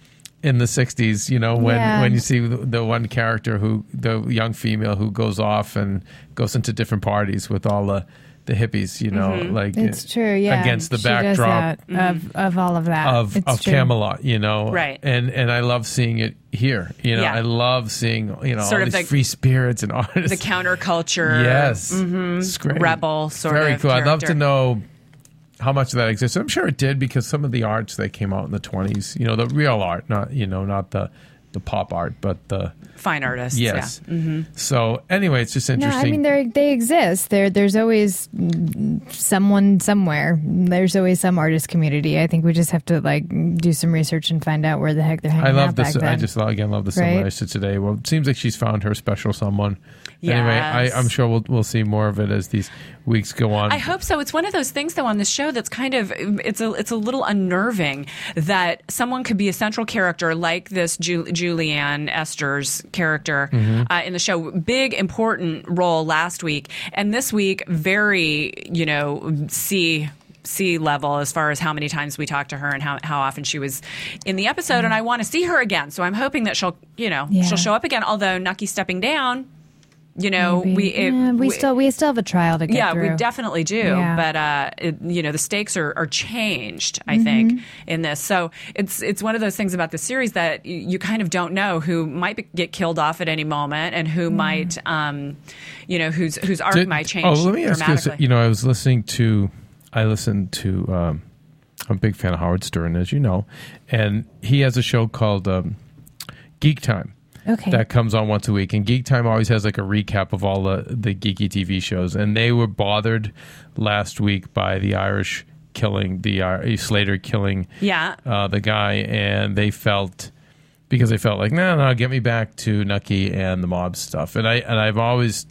[SPEAKER 4] in the 60s you know when
[SPEAKER 3] Yeah.
[SPEAKER 4] when you see the, the one character who the young female who goes off and goes into different parties with all the the hippies you know
[SPEAKER 3] Mm-hmm.
[SPEAKER 4] like
[SPEAKER 3] It's true. Yeah.
[SPEAKER 4] against the
[SPEAKER 3] She does
[SPEAKER 4] backdrop
[SPEAKER 3] that,
[SPEAKER 2] Mm.
[SPEAKER 3] of of all of that
[SPEAKER 4] of
[SPEAKER 3] It's
[SPEAKER 4] of
[SPEAKER 3] true.
[SPEAKER 4] Camelot, you know,
[SPEAKER 2] Right.
[SPEAKER 4] And and I love seeing it here. You know,
[SPEAKER 2] Yeah.
[SPEAKER 4] I love seeing you know
[SPEAKER 2] Sort
[SPEAKER 4] all
[SPEAKER 2] of
[SPEAKER 4] these
[SPEAKER 2] the-
[SPEAKER 4] free spirits and artists.
[SPEAKER 2] the counterculture.
[SPEAKER 4] yes, it's great.
[SPEAKER 2] rebel sort
[SPEAKER 4] Very
[SPEAKER 2] of
[SPEAKER 4] cool. I'd love to
[SPEAKER 2] character.
[SPEAKER 4] know how much of that exists. I'm sure it did because some of the arts that came out in the 20s, you know, the real art, not you know, not the the pop art, but the
[SPEAKER 2] Fine artists.
[SPEAKER 4] yes.
[SPEAKER 2] Yeah. Mm-hmm.
[SPEAKER 4] So anyway, it's just
[SPEAKER 3] No,
[SPEAKER 4] interesting.
[SPEAKER 3] I mean they they exist. There there's always someone somewhere. There's always some artist community. I think we just have to like do some research and find out where the heck they're hanging
[SPEAKER 4] I love
[SPEAKER 3] out
[SPEAKER 4] this.
[SPEAKER 3] back then.
[SPEAKER 4] I just love- again love the
[SPEAKER 3] Right?
[SPEAKER 4] similarities to today. Well, it seems like she's found her special someone. Anyway, I,
[SPEAKER 2] Yes.
[SPEAKER 4] I'm sure we'll we'll see more of it as these weeks go on.
[SPEAKER 2] I hope so. It's one of those things, though, on this show that's kind of it's a it's a little unnerving that someone could be a central character like this Ju- Julianne Esther's character
[SPEAKER 3] Mm-hmm.
[SPEAKER 2] uh, in the show, big important role last week, and this week very you know C C level as far as how many times we talked to her and how, how often she was in the episode and I want to see her again. So I'm hoping that she'll you know
[SPEAKER 3] Mm. Yeah.
[SPEAKER 2] she'll show up again. Although Nucky stepping down, you know
[SPEAKER 3] Maybe.
[SPEAKER 2] we, it,
[SPEAKER 3] Yeah, we, still we still have a trial to get
[SPEAKER 2] yeah,
[SPEAKER 3] through.
[SPEAKER 2] we definitely do.
[SPEAKER 3] Yeah.
[SPEAKER 2] But uh, it, you know, the stakes are, are changed. I
[SPEAKER 3] Mm-hmm.
[SPEAKER 2] think in this, so it's it's one of those things about the series that you, you kind of don't know who might be, get killed off at any moment and who might, um, you know, whose whose arc
[SPEAKER 4] Did-
[SPEAKER 2] might change.
[SPEAKER 4] Oh, let me ask you.
[SPEAKER 2] dramatically.
[SPEAKER 4] This. You know, I was listening to. I listened to. Um, I'm a big fan of Howard Stern, as you know, and he has a show called um, Geek Time.
[SPEAKER 3] Okay.
[SPEAKER 4] That comes on once a week, and Geek Time always has like a recap of all the the geeky TV shows. And they were bothered last week by the Irish killing, the Ir- Slater killing,
[SPEAKER 2] Yeah.
[SPEAKER 4] uh, the guy, and they felt because they felt like no, no, get me back to Nucky and the mob stuff. And I and I've always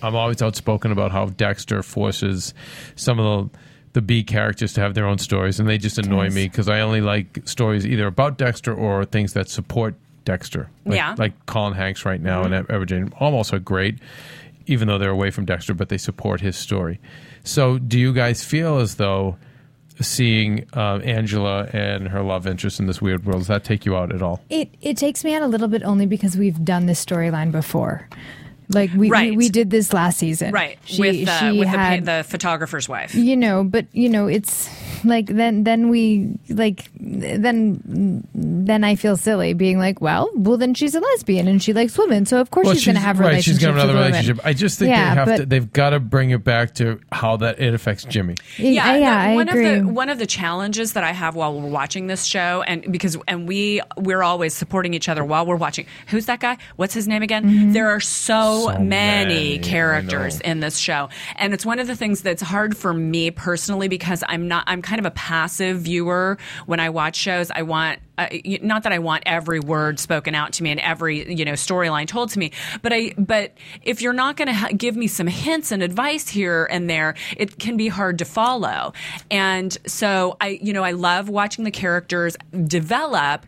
[SPEAKER 4] I'm always outspoken about how Dexter forces some of the the B characters to have their own stories, and they just annoy me because I only like stories either about Dexter or things that support Dexter. Like,
[SPEAKER 2] Yeah.
[SPEAKER 4] like Colin Hanks right now and Everjane almost are great, even though they're away from Dexter, but they support his story. So, do you guys feel as though seeing uh, Angela and her love interest in this weird world does that take you out at all?
[SPEAKER 3] It it takes me out a little bit only because we've done this storyline before. Like we,
[SPEAKER 2] Right.
[SPEAKER 3] we we did this last season.
[SPEAKER 2] right
[SPEAKER 3] She,
[SPEAKER 2] with uh,
[SPEAKER 3] she
[SPEAKER 2] with the,
[SPEAKER 3] had,
[SPEAKER 2] pa- the photographer's wife.
[SPEAKER 3] you know, but you know, it's like then then we like then then I feel silly being like, well, well then she's a lesbian and she likes women, so of course she's, going to have
[SPEAKER 4] right. She's
[SPEAKER 3] relationships
[SPEAKER 4] gonna have another
[SPEAKER 3] with women.
[SPEAKER 4] relationship. I just think
[SPEAKER 3] Yeah,
[SPEAKER 4] they have
[SPEAKER 3] but-
[SPEAKER 4] to. They've got to bring it back to how that it affects Jimmy.
[SPEAKER 3] yeah, yeah,
[SPEAKER 2] the-
[SPEAKER 3] I
[SPEAKER 2] one
[SPEAKER 3] agree.
[SPEAKER 2] of the one of the challenges that I have while we're watching this show, and because and we we're always supporting each other while we're watching. Who's that guy? What's his name again? There are so, so,
[SPEAKER 4] Mm-hmm. So
[SPEAKER 2] many,
[SPEAKER 4] many, I
[SPEAKER 2] characters
[SPEAKER 4] know.
[SPEAKER 2] in this show, and it's one of the things that's hard for me personally because I'm not I'm kind of a passive viewer when I watch shows. I want uh, y- not that I want every word spoken out to me and every you know storyline told to me, but I but if you're not going to ha- give me some hints and advice here and there, it can be hard to follow. And so I you know I love watching the characters develop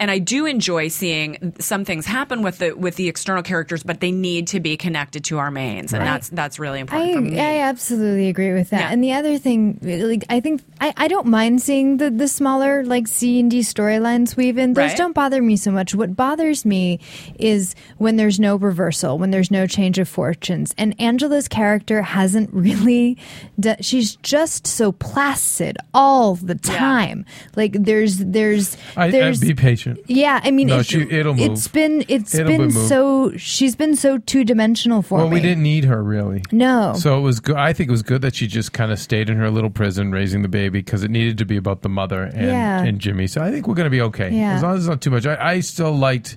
[SPEAKER 2] and I do enjoy seeing some things happen with the with the external characters, but they need to be connected to our mains, and that's that's really important
[SPEAKER 3] I,
[SPEAKER 2] for me.
[SPEAKER 3] I absolutely agree with that.
[SPEAKER 2] Yeah.
[SPEAKER 3] And the other thing, like, I think I, I don't mind seeing the, the smaller like C and D storylines weave in. Those
[SPEAKER 2] Right.
[SPEAKER 3] don't bother me so much. What bothers me is when there's no reversal, when there's no change of fortunes. And Angela's character hasn't really. d she's just so placid all the time. Like there's there's
[SPEAKER 4] I, I'd
[SPEAKER 3] there's.
[SPEAKER 4] be patient.
[SPEAKER 3] yeah, I mean,
[SPEAKER 4] No,
[SPEAKER 3] it,
[SPEAKER 4] she- it'll
[SPEAKER 3] it's
[SPEAKER 4] move.
[SPEAKER 3] been it's
[SPEAKER 4] It'll
[SPEAKER 3] been
[SPEAKER 4] move.
[SPEAKER 3] so she's been so two dimensional for
[SPEAKER 4] Well,
[SPEAKER 3] me.
[SPEAKER 4] we didn't need her really.
[SPEAKER 3] No.
[SPEAKER 4] So it was good. I think it was good that she just kind of stayed in her little prison raising the baby because it needed to be about the mother and,
[SPEAKER 3] Yeah.
[SPEAKER 4] and Jimmy. So I think we're going to be okay
[SPEAKER 3] Yeah.
[SPEAKER 4] as long as it's not too much. I, I still liked.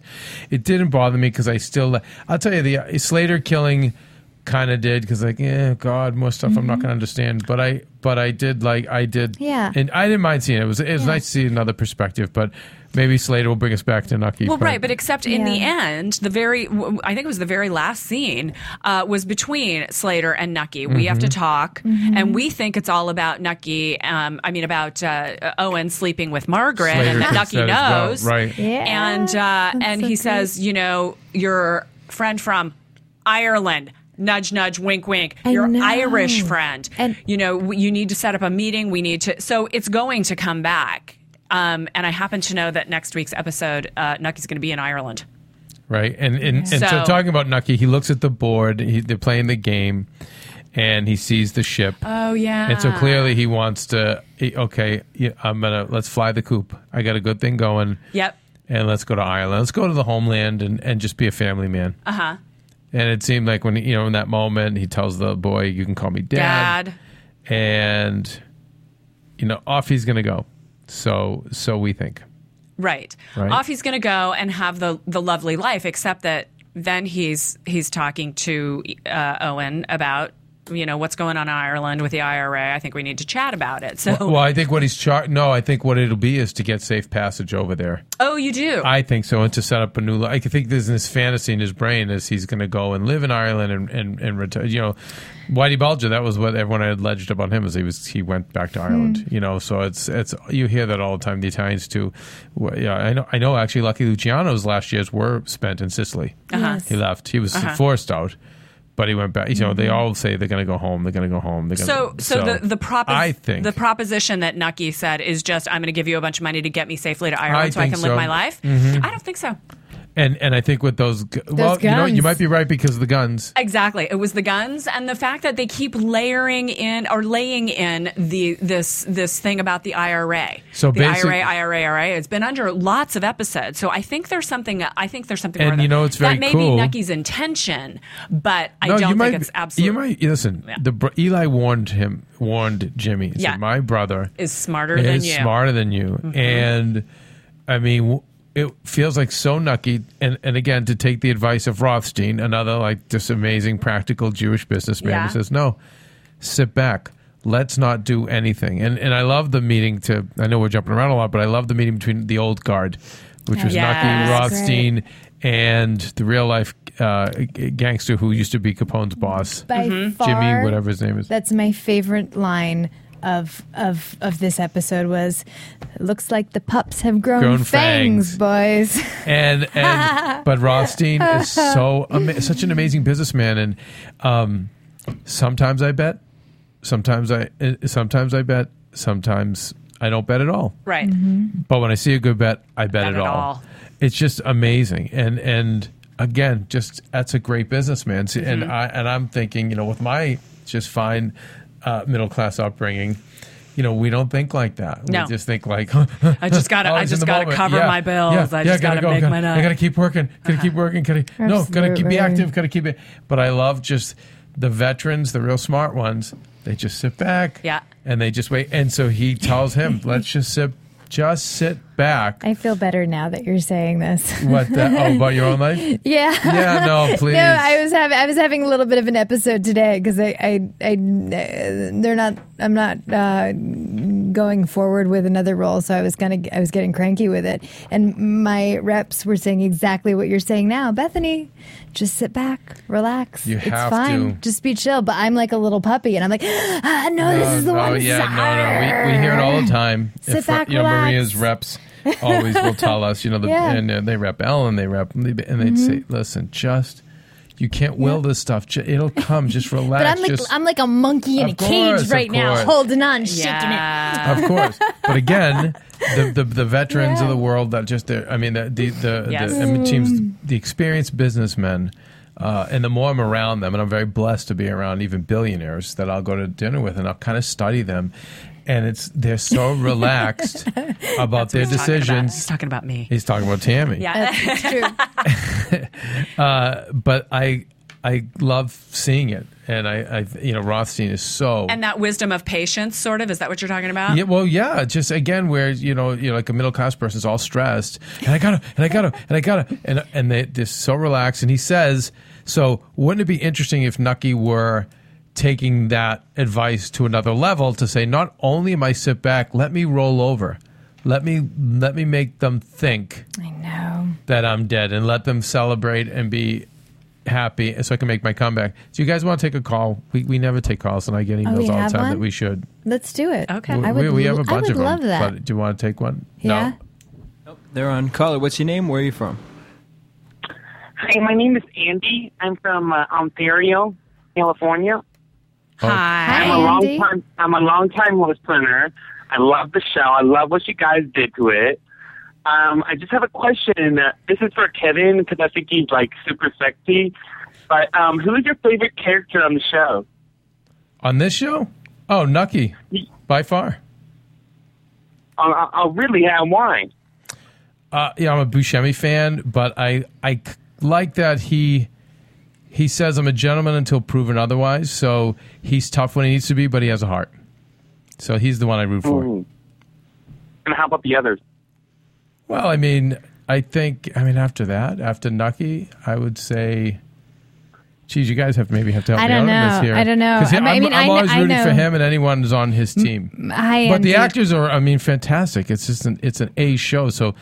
[SPEAKER 4] It didn't bother me because I still. I'll tell you the uh, Slater killing kind of did because like yeah god more stuff i'm not going to understand but i but i did like i did
[SPEAKER 3] Mm-hmm. Yeah.
[SPEAKER 4] and i didn't mind seeing it it was it was nice to see another perspective but maybe slater will bring us back to nucky
[SPEAKER 2] Well, right, but except in the
[SPEAKER 3] Yeah.
[SPEAKER 2] end, the very, w- w- I think it was the very last scene, uh, was between Slater and Nucky. We have to
[SPEAKER 4] Mm-hmm.
[SPEAKER 2] talk, and we think it's all about Nucky, um, I mean, about uh, Owen sleeping with Margaret,
[SPEAKER 4] Slater
[SPEAKER 2] and that
[SPEAKER 4] thinks
[SPEAKER 2] Nucky
[SPEAKER 4] that as
[SPEAKER 2] knows.
[SPEAKER 4] well, right
[SPEAKER 3] Yeah.
[SPEAKER 2] and uh,
[SPEAKER 3] That's
[SPEAKER 2] and
[SPEAKER 3] so
[SPEAKER 2] he
[SPEAKER 3] great.
[SPEAKER 2] says, you know, your friend from Ireland. Nudge, nudge, wink, wink.
[SPEAKER 3] I
[SPEAKER 2] Your
[SPEAKER 3] know.
[SPEAKER 2] Irish friend.
[SPEAKER 3] And-
[SPEAKER 2] you know, w- you need to set up a meeting. We need to. So it's going to come back. Um, and I happen to know that next week's episode, uh, Nucky's going to be in Ireland.
[SPEAKER 4] right? And and, and so,
[SPEAKER 2] So-
[SPEAKER 4] talking about Nucky, he looks at the board. He, they're playing the game, and he sees the ship.
[SPEAKER 2] Oh yeah.
[SPEAKER 4] and so clearly he wants to. He, okay, yeah, I'm gonna let's fly the coop. I got a good thing going.
[SPEAKER 2] Yep.
[SPEAKER 4] And let's go to Ireland. Let's go to the homeland and, and just be a family man.
[SPEAKER 2] Uh huh.
[SPEAKER 4] And it seemed like when you know in that moment he tells the boy, "You can call me
[SPEAKER 2] Dad.
[SPEAKER 4] and you know off he's gonna go. So so we think.
[SPEAKER 2] Right.
[SPEAKER 4] Right.
[SPEAKER 2] Off he's going to go and have the the lovely life, except that then he's he's talking to uh, Owen about you know what's going on in Ireland with the IRA. I think we need to chat about it. So,
[SPEAKER 4] Well, I think what he's char- no, I think what it'll be is to get safe passage over there.
[SPEAKER 2] oh, you do.
[SPEAKER 4] I think so, and to set up a new life. I think there's this fantasy in his brain is he's going to go and live in Ireland and and, and retire. You know, Whitey Bulger. That was what everyone had alleged about him is he was he went back to Ireland.
[SPEAKER 2] Hmm.
[SPEAKER 4] You know, so it's it's you hear that all the time. The Italians too. Well, yeah, I know. I know. Actually, Lucky Luciano's last years were spent in Sicily.
[SPEAKER 2] Uh-huh.
[SPEAKER 3] Yes.
[SPEAKER 4] He left. He was forced out. But he went back. You know, they all say they're going to go home. They're going to go home. They're
[SPEAKER 2] Mm-hmm. so,
[SPEAKER 4] gonna,
[SPEAKER 2] so the the prop
[SPEAKER 4] I think
[SPEAKER 2] the proposition that Nucky said is just I'm going to give you a bunch of money to get me safely to Ireland so I
[SPEAKER 4] think
[SPEAKER 2] can live
[SPEAKER 4] so. Mm-hmm.
[SPEAKER 2] my life. I don't think so.
[SPEAKER 4] and and I think with those, gu- well, you know, you
[SPEAKER 3] guns.
[SPEAKER 4] might be right because of the guns.
[SPEAKER 2] Exactly. It was the guns and the fact that they keep layering in or laying in the this this thing about the IRA.
[SPEAKER 4] So
[SPEAKER 2] the
[SPEAKER 4] basic-
[SPEAKER 2] IRA, IRA, IRA. It's been under lots of episodes. So I think there's something. I think there's something.
[SPEAKER 4] And
[SPEAKER 2] more
[SPEAKER 4] you
[SPEAKER 2] that-
[SPEAKER 4] know, it's very
[SPEAKER 2] that may be
[SPEAKER 4] cool.
[SPEAKER 2] Nucky's intention, but I don't
[SPEAKER 4] you
[SPEAKER 2] think
[SPEAKER 4] might,
[SPEAKER 2] it's
[SPEAKER 4] You
[SPEAKER 2] absolutely.
[SPEAKER 4] might listen. The br- Eli warned him, warned Jimmy. He said,
[SPEAKER 2] Yeah.
[SPEAKER 4] my brother
[SPEAKER 2] is smarter
[SPEAKER 4] is
[SPEAKER 2] than you. Mm-hmm.
[SPEAKER 4] smarter than you, and I mean, w- it feels like so nucky. And and again, to take the advice of Rothstein, another like this amazing practical Jewish businessman,
[SPEAKER 2] Yeah.
[SPEAKER 4] who says, no, sit back. Let's not do anything. And and I love the meeting. To I know we're jumping around a lot, but I love the meeting between the old guard, which was
[SPEAKER 2] Yes.
[SPEAKER 4] Nucky
[SPEAKER 2] Great.
[SPEAKER 4] Rothstein and the real life uh, g- gangster who used to be Capone's boss,
[SPEAKER 3] by
[SPEAKER 2] Mm-hmm.
[SPEAKER 3] far,
[SPEAKER 4] Jimmy, whatever his name is.
[SPEAKER 3] That's my favorite line of of of this episode was looks like the pups have grown,
[SPEAKER 4] Grown
[SPEAKER 3] fangs, boys.
[SPEAKER 4] and and but Rothstein is so ama- such an amazing businessman, and um, sometimes I bet, sometimes I uh, sometimes I bet, sometimes I don't bet at all.
[SPEAKER 2] Right.
[SPEAKER 4] But when I see a good bet, I bet,
[SPEAKER 2] Bet
[SPEAKER 4] it
[SPEAKER 2] it
[SPEAKER 4] all.
[SPEAKER 2] all.
[SPEAKER 4] It's just amazing, and and again, just that's a great businessman. See,
[SPEAKER 2] Mm-hmm.
[SPEAKER 4] And I and I'm thinking, you know, with my just fine uh, middle class upbringing, you know, we don't think like that.
[SPEAKER 2] No.
[SPEAKER 4] We just think like,
[SPEAKER 2] I just gotta- I
[SPEAKER 4] always in
[SPEAKER 2] just
[SPEAKER 4] the
[SPEAKER 2] gotta
[SPEAKER 4] moment.
[SPEAKER 2] cover my bills. I just gotta make my Uh-huh. nut.
[SPEAKER 4] I gotta keep working. Gotta keep working. Gotta no. Gotta keep
[SPEAKER 3] Absolutely.
[SPEAKER 4] be active. Gotta keep it. But I love just the veterans, the real smart ones. They just sit back.
[SPEAKER 2] Yeah.
[SPEAKER 4] And they just wait. And so he tells him, let's just sit Just sit back.
[SPEAKER 3] I feel better now that you're saying this.
[SPEAKER 4] What? The, oh, about your own life?
[SPEAKER 3] Mm. yeah.
[SPEAKER 4] Yeah, no, please.
[SPEAKER 3] No, I was having I was having a little bit of an episode today because I, I, I, they're not. I'm not uh, going forward with another role, so I was gonna, I was getting cranky with it, and my reps were saying exactly what you're saying now, Bethany. Just sit back, relax.
[SPEAKER 4] You
[SPEAKER 3] it's
[SPEAKER 4] have
[SPEAKER 3] fine.
[SPEAKER 4] to.
[SPEAKER 3] Just be chill. But I'm like a little puppy, and I'm like, ah, no, this is the
[SPEAKER 4] oh,
[SPEAKER 3] one.
[SPEAKER 4] yeah, no, no. We, we hear it all the time.
[SPEAKER 3] Sit
[SPEAKER 4] uh,
[SPEAKER 3] back,
[SPEAKER 4] you know,
[SPEAKER 3] relax.
[SPEAKER 4] Maria's reps always will tell us, you know, the,
[SPEAKER 3] Yeah. Mm-hmm.
[SPEAKER 4] and uh, they rep Ellen, they rep, and they'd say, listen, just, you can't will this stuff. Ju- It'll come. Just relax.
[SPEAKER 3] But I'm like,
[SPEAKER 4] just,
[SPEAKER 3] I'm like a monkey in a
[SPEAKER 4] Of course,
[SPEAKER 3] cage
[SPEAKER 4] of
[SPEAKER 3] right now,
[SPEAKER 4] course.
[SPEAKER 3] holding on, shaking it.
[SPEAKER 2] yeah.
[SPEAKER 4] of course. But again, the the, the veterans of
[SPEAKER 3] Yeah.
[SPEAKER 4] the world that just they're- I mean the the the,
[SPEAKER 2] Yes. Mm.
[SPEAKER 4] the I mean, teams the experienced businessmen. Uh, and the more I'm around them, and I'm very blessed to be around even billionaires that I'll go to dinner with, and I'll kind of study them, and it's they're so relaxed about their
[SPEAKER 2] He's talking about-
[SPEAKER 4] decisions.
[SPEAKER 2] He's talking about me.
[SPEAKER 4] He's talking about Tammy,
[SPEAKER 2] Yeah.
[SPEAKER 3] It's true.
[SPEAKER 4] but I I love seeing it, and I, I you know Rothstein is so
[SPEAKER 2] And that wisdom of patience, sort of, is that what you're talking about?
[SPEAKER 4] Yeah, well, yeah. Just again, where you know, you're like a middle class person's all stressed, and I gotta, and I gotta, and I gotta, and and they, they're so relaxed. And he says, so wouldn't it be interesting if Nucky were taking that advice to another level to say, not only am I sit back, let me roll over, let me let me make them think
[SPEAKER 3] I know.
[SPEAKER 4] that I'm dead and let them celebrate and be happy so I can make my comeback. Do you guys want to take a call? We, we never take calls and I get emails
[SPEAKER 3] Oh, we
[SPEAKER 4] all the
[SPEAKER 3] have
[SPEAKER 4] time that
[SPEAKER 3] one?
[SPEAKER 4] we should.
[SPEAKER 3] Let's do it.
[SPEAKER 2] Okay.
[SPEAKER 4] We,
[SPEAKER 3] I would,
[SPEAKER 4] we, we have a bunch
[SPEAKER 3] I would
[SPEAKER 4] of them.
[SPEAKER 3] love that.
[SPEAKER 4] But do you want to take one?
[SPEAKER 3] yeah.
[SPEAKER 4] No.
[SPEAKER 5] They're on caller. What's your name? Where are you from?
[SPEAKER 6] Hi, my name is Andy. I'm from uh, Ontario, California.
[SPEAKER 4] Oh.
[SPEAKER 2] Hi.
[SPEAKER 6] I'm a
[SPEAKER 3] Andy.
[SPEAKER 6] long time. I'm a long time listener. I love the show. I love what you guys did to it. Um, I just have a question. Uh, This is for Kevin because I think he's like super sexy. But um, who is your favorite character on the show?
[SPEAKER 4] On this show? Oh, Nucky. By far.
[SPEAKER 6] I'll, I'll- I'll really have wine.
[SPEAKER 4] Uh, yeah, I'm a Buscemi fan, but I, I c- like that he he says I'm a gentleman until proven otherwise. So he's tough when he needs to be, but he has a heart. So he's the one I root for.
[SPEAKER 6] And how about the others?
[SPEAKER 4] Well, I mean, I think I mean after that, after Nucky, I would say, geez, you guys have maybe have to help
[SPEAKER 3] I
[SPEAKER 4] me
[SPEAKER 3] don't
[SPEAKER 4] out on this
[SPEAKER 3] know.
[SPEAKER 4] here.
[SPEAKER 3] I don't know.
[SPEAKER 4] 'Cause
[SPEAKER 3] I mean- I
[SPEAKER 4] I'm,
[SPEAKER 3] mean, I
[SPEAKER 4] I'm
[SPEAKER 3] kn-
[SPEAKER 4] always
[SPEAKER 3] I
[SPEAKER 4] rooting for
[SPEAKER 3] know.
[SPEAKER 4] him and anyone who's on his team.
[SPEAKER 3] Hi,
[SPEAKER 4] But
[SPEAKER 3] Andy.
[SPEAKER 4] the actors are, I mean, fantastic. It's just an it's an A show, so.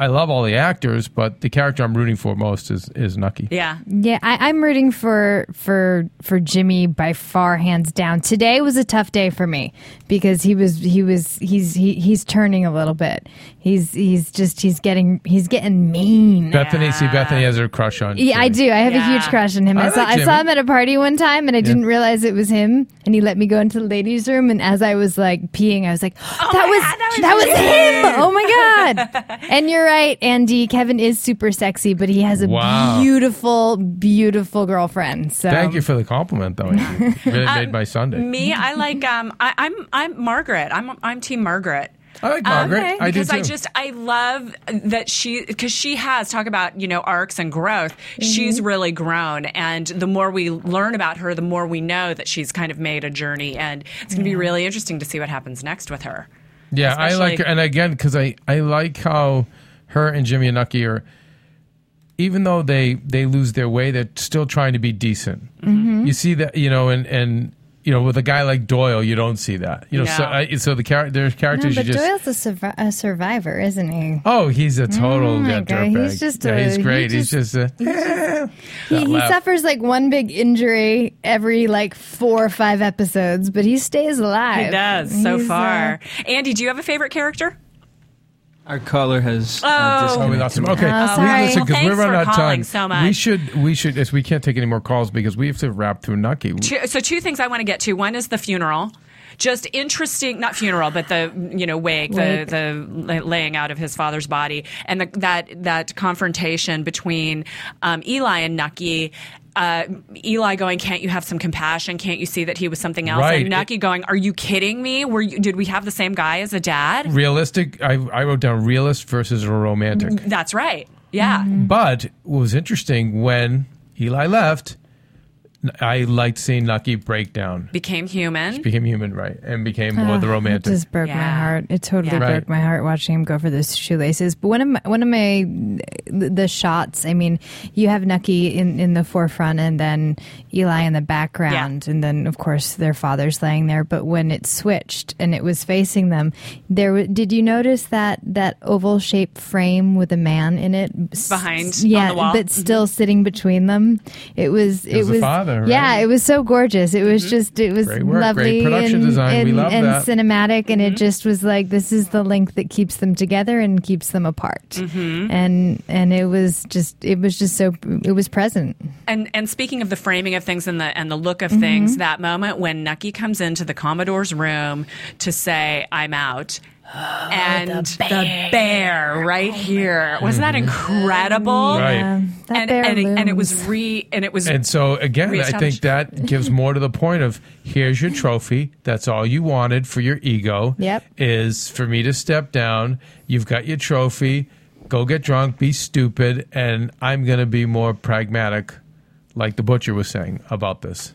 [SPEAKER 4] I love all the actors, but the character I'm rooting for most is is Nucky.
[SPEAKER 2] Yeah.
[SPEAKER 3] Yeah, I, I'm rooting for for for Jimmy by far, hands down. Today was a tough day for me because he was he was he's he, he's turning a little bit. He's he's just he's getting he's getting mean.
[SPEAKER 4] Bethany, see, Bethany has her crush on.
[SPEAKER 3] Yeah, I
[SPEAKER 4] Jimmy.
[SPEAKER 3] do. I have
[SPEAKER 2] Yeah.
[SPEAKER 3] a huge crush on him. I,
[SPEAKER 4] I
[SPEAKER 3] saw,
[SPEAKER 4] like
[SPEAKER 3] I saw
[SPEAKER 4] Jimmy.
[SPEAKER 3] him at a party one time and I didn't realize it was him. And he let me go into the ladies' room. And as I was like peeing, I was like, that,
[SPEAKER 2] my
[SPEAKER 3] was,
[SPEAKER 2] God, that was
[SPEAKER 3] Oh that was him. Oh my God. and you're right, Andy. Kevin is super sexy, but he has a
[SPEAKER 4] Wow.
[SPEAKER 3] beautiful, beautiful girlfriend. So
[SPEAKER 4] Thank you for the compliment, though. Andy. really made my Sunday.
[SPEAKER 2] Uh, Me, I like. Um, I, I'm. I'm Margaret. I'm. I'm Team Margaret.
[SPEAKER 4] I like
[SPEAKER 2] Um,
[SPEAKER 4] Margaret. I do
[SPEAKER 2] because I
[SPEAKER 4] too.
[SPEAKER 2] just I love that she because she has talk about you know arcs and growth. She's really grown, and the more we learn about her, the more we know that she's kind of made a journey, and it's going to be really interesting to see what happens next with her.
[SPEAKER 4] Yeah, I like
[SPEAKER 2] Especially-
[SPEAKER 4] her. And again, because I, I like how her and Jimmy and Nucky are, even though they, they lose their way, they're still trying to be decent.
[SPEAKER 3] Mm-hmm.
[SPEAKER 4] You see that, you know, and, and, you know, with a guy like Doyle, you don't see that. You know, so,
[SPEAKER 2] No.
[SPEAKER 4] I, so the char- there's
[SPEAKER 3] No,
[SPEAKER 4] characters
[SPEAKER 3] but
[SPEAKER 4] you just.
[SPEAKER 3] Doyle's a, survi- a survivor, isn't he?
[SPEAKER 4] Oh, he's a total
[SPEAKER 3] my
[SPEAKER 4] yeah,
[SPEAKER 3] God,
[SPEAKER 4] dirtbag.
[SPEAKER 3] Mm, he's just
[SPEAKER 4] yeah,
[SPEAKER 3] a-
[SPEAKER 4] he's
[SPEAKER 3] he
[SPEAKER 4] great. he's
[SPEAKER 3] just-
[SPEAKER 4] just a,
[SPEAKER 3] He, he
[SPEAKER 4] laugh.
[SPEAKER 3] suffers like one big injury every like four or five episodes, but he stays alive.
[SPEAKER 2] It does so
[SPEAKER 3] He's, uh,
[SPEAKER 2] far. Andy, do you have a favorite character?
[SPEAKER 5] Our caller has. Oh,
[SPEAKER 4] Oh, we lost him. Okay,
[SPEAKER 3] Oh,
[SPEAKER 4] we,
[SPEAKER 3] sorry.
[SPEAKER 4] listen, 'cause
[SPEAKER 2] Well, thanks
[SPEAKER 4] we're running
[SPEAKER 2] for
[SPEAKER 4] out of
[SPEAKER 2] calling
[SPEAKER 4] time.
[SPEAKER 2] so much.
[SPEAKER 4] We should, we should. Yes, we can't take any more calls because we have to wrap through Nucky.
[SPEAKER 2] Two- so two things I want to get to. One is the funeral. Just interesting, not funeral, but the you know wake,
[SPEAKER 3] Wake.
[SPEAKER 2] the the la- laying out of his father's body, and the, that that confrontation between um, Eli and Nucky. Uh, Eli going, can't you have some compassion? Can't you see that he was something else?
[SPEAKER 4] Right.
[SPEAKER 2] And Nucky going, are you kidding me? Were you, did we have the same guy as a
[SPEAKER 4] Mm.
[SPEAKER 2] dad?
[SPEAKER 4] realistic. I, I wrote down realist versus a romantic. Mm-hmm.
[SPEAKER 2] That's right. Yeah.
[SPEAKER 4] But what was interesting when Eli left, I liked seeing Nucky break down,
[SPEAKER 2] Became human.
[SPEAKER 4] became human, right, and became more the
[SPEAKER 3] Ah,
[SPEAKER 4] romantic.
[SPEAKER 3] It just broke
[SPEAKER 2] Yeah.
[SPEAKER 3] my heart. It totally
[SPEAKER 2] Yeah.
[SPEAKER 4] Right.
[SPEAKER 3] broke my heart watching him go for those shoelaces. But one of my, one of my the shots. I mean, you have Nucky in in the forefront, and then Eli in the background, and then of course their father's laying there. But when it switched and it was facing them, there wa- did you notice that that oval shaped frame with a man in it S-
[SPEAKER 2] Behind, on
[SPEAKER 3] Yeah,
[SPEAKER 2] the wall. Mm-hmm.
[SPEAKER 3] but still sitting between them. It was it,
[SPEAKER 4] was the father, right?
[SPEAKER 3] Yeah, it was so gorgeous. It
[SPEAKER 2] Mm-hmm.
[SPEAKER 3] was just it was
[SPEAKER 4] Great work, great
[SPEAKER 3] lovely
[SPEAKER 4] production
[SPEAKER 3] and,
[SPEAKER 4] design. We
[SPEAKER 3] and-
[SPEAKER 4] love
[SPEAKER 3] and
[SPEAKER 4] that.
[SPEAKER 3] cinematic, and it just was like this is the link that keeps them together and keeps them apart.
[SPEAKER 2] Mm-hmm.
[SPEAKER 3] And and it was just it was just so it was present.
[SPEAKER 2] And and speaking of the framing of things and the and the look
[SPEAKER 3] Mm-hmm.
[SPEAKER 2] of things, that moment when Nucky comes into the Commodore's room to say, "I'm out." And the bear,
[SPEAKER 3] Oh
[SPEAKER 2] right here wasn't that incredible?
[SPEAKER 4] Right.
[SPEAKER 3] Yeah, Um, that
[SPEAKER 2] and,
[SPEAKER 3] bear
[SPEAKER 2] and, it, and it was
[SPEAKER 3] looms.
[SPEAKER 2] re and it was
[SPEAKER 4] And so again, I think
[SPEAKER 2] Reestablish-
[SPEAKER 4] that gives more to the point of here's your trophy. That's all you wanted for your ego.
[SPEAKER 3] Yep.
[SPEAKER 4] Is for me to step down. You've got your trophy. Go get drunk, be stupid, and I'm gonna be more pragmatic, like the butcher was saying about this.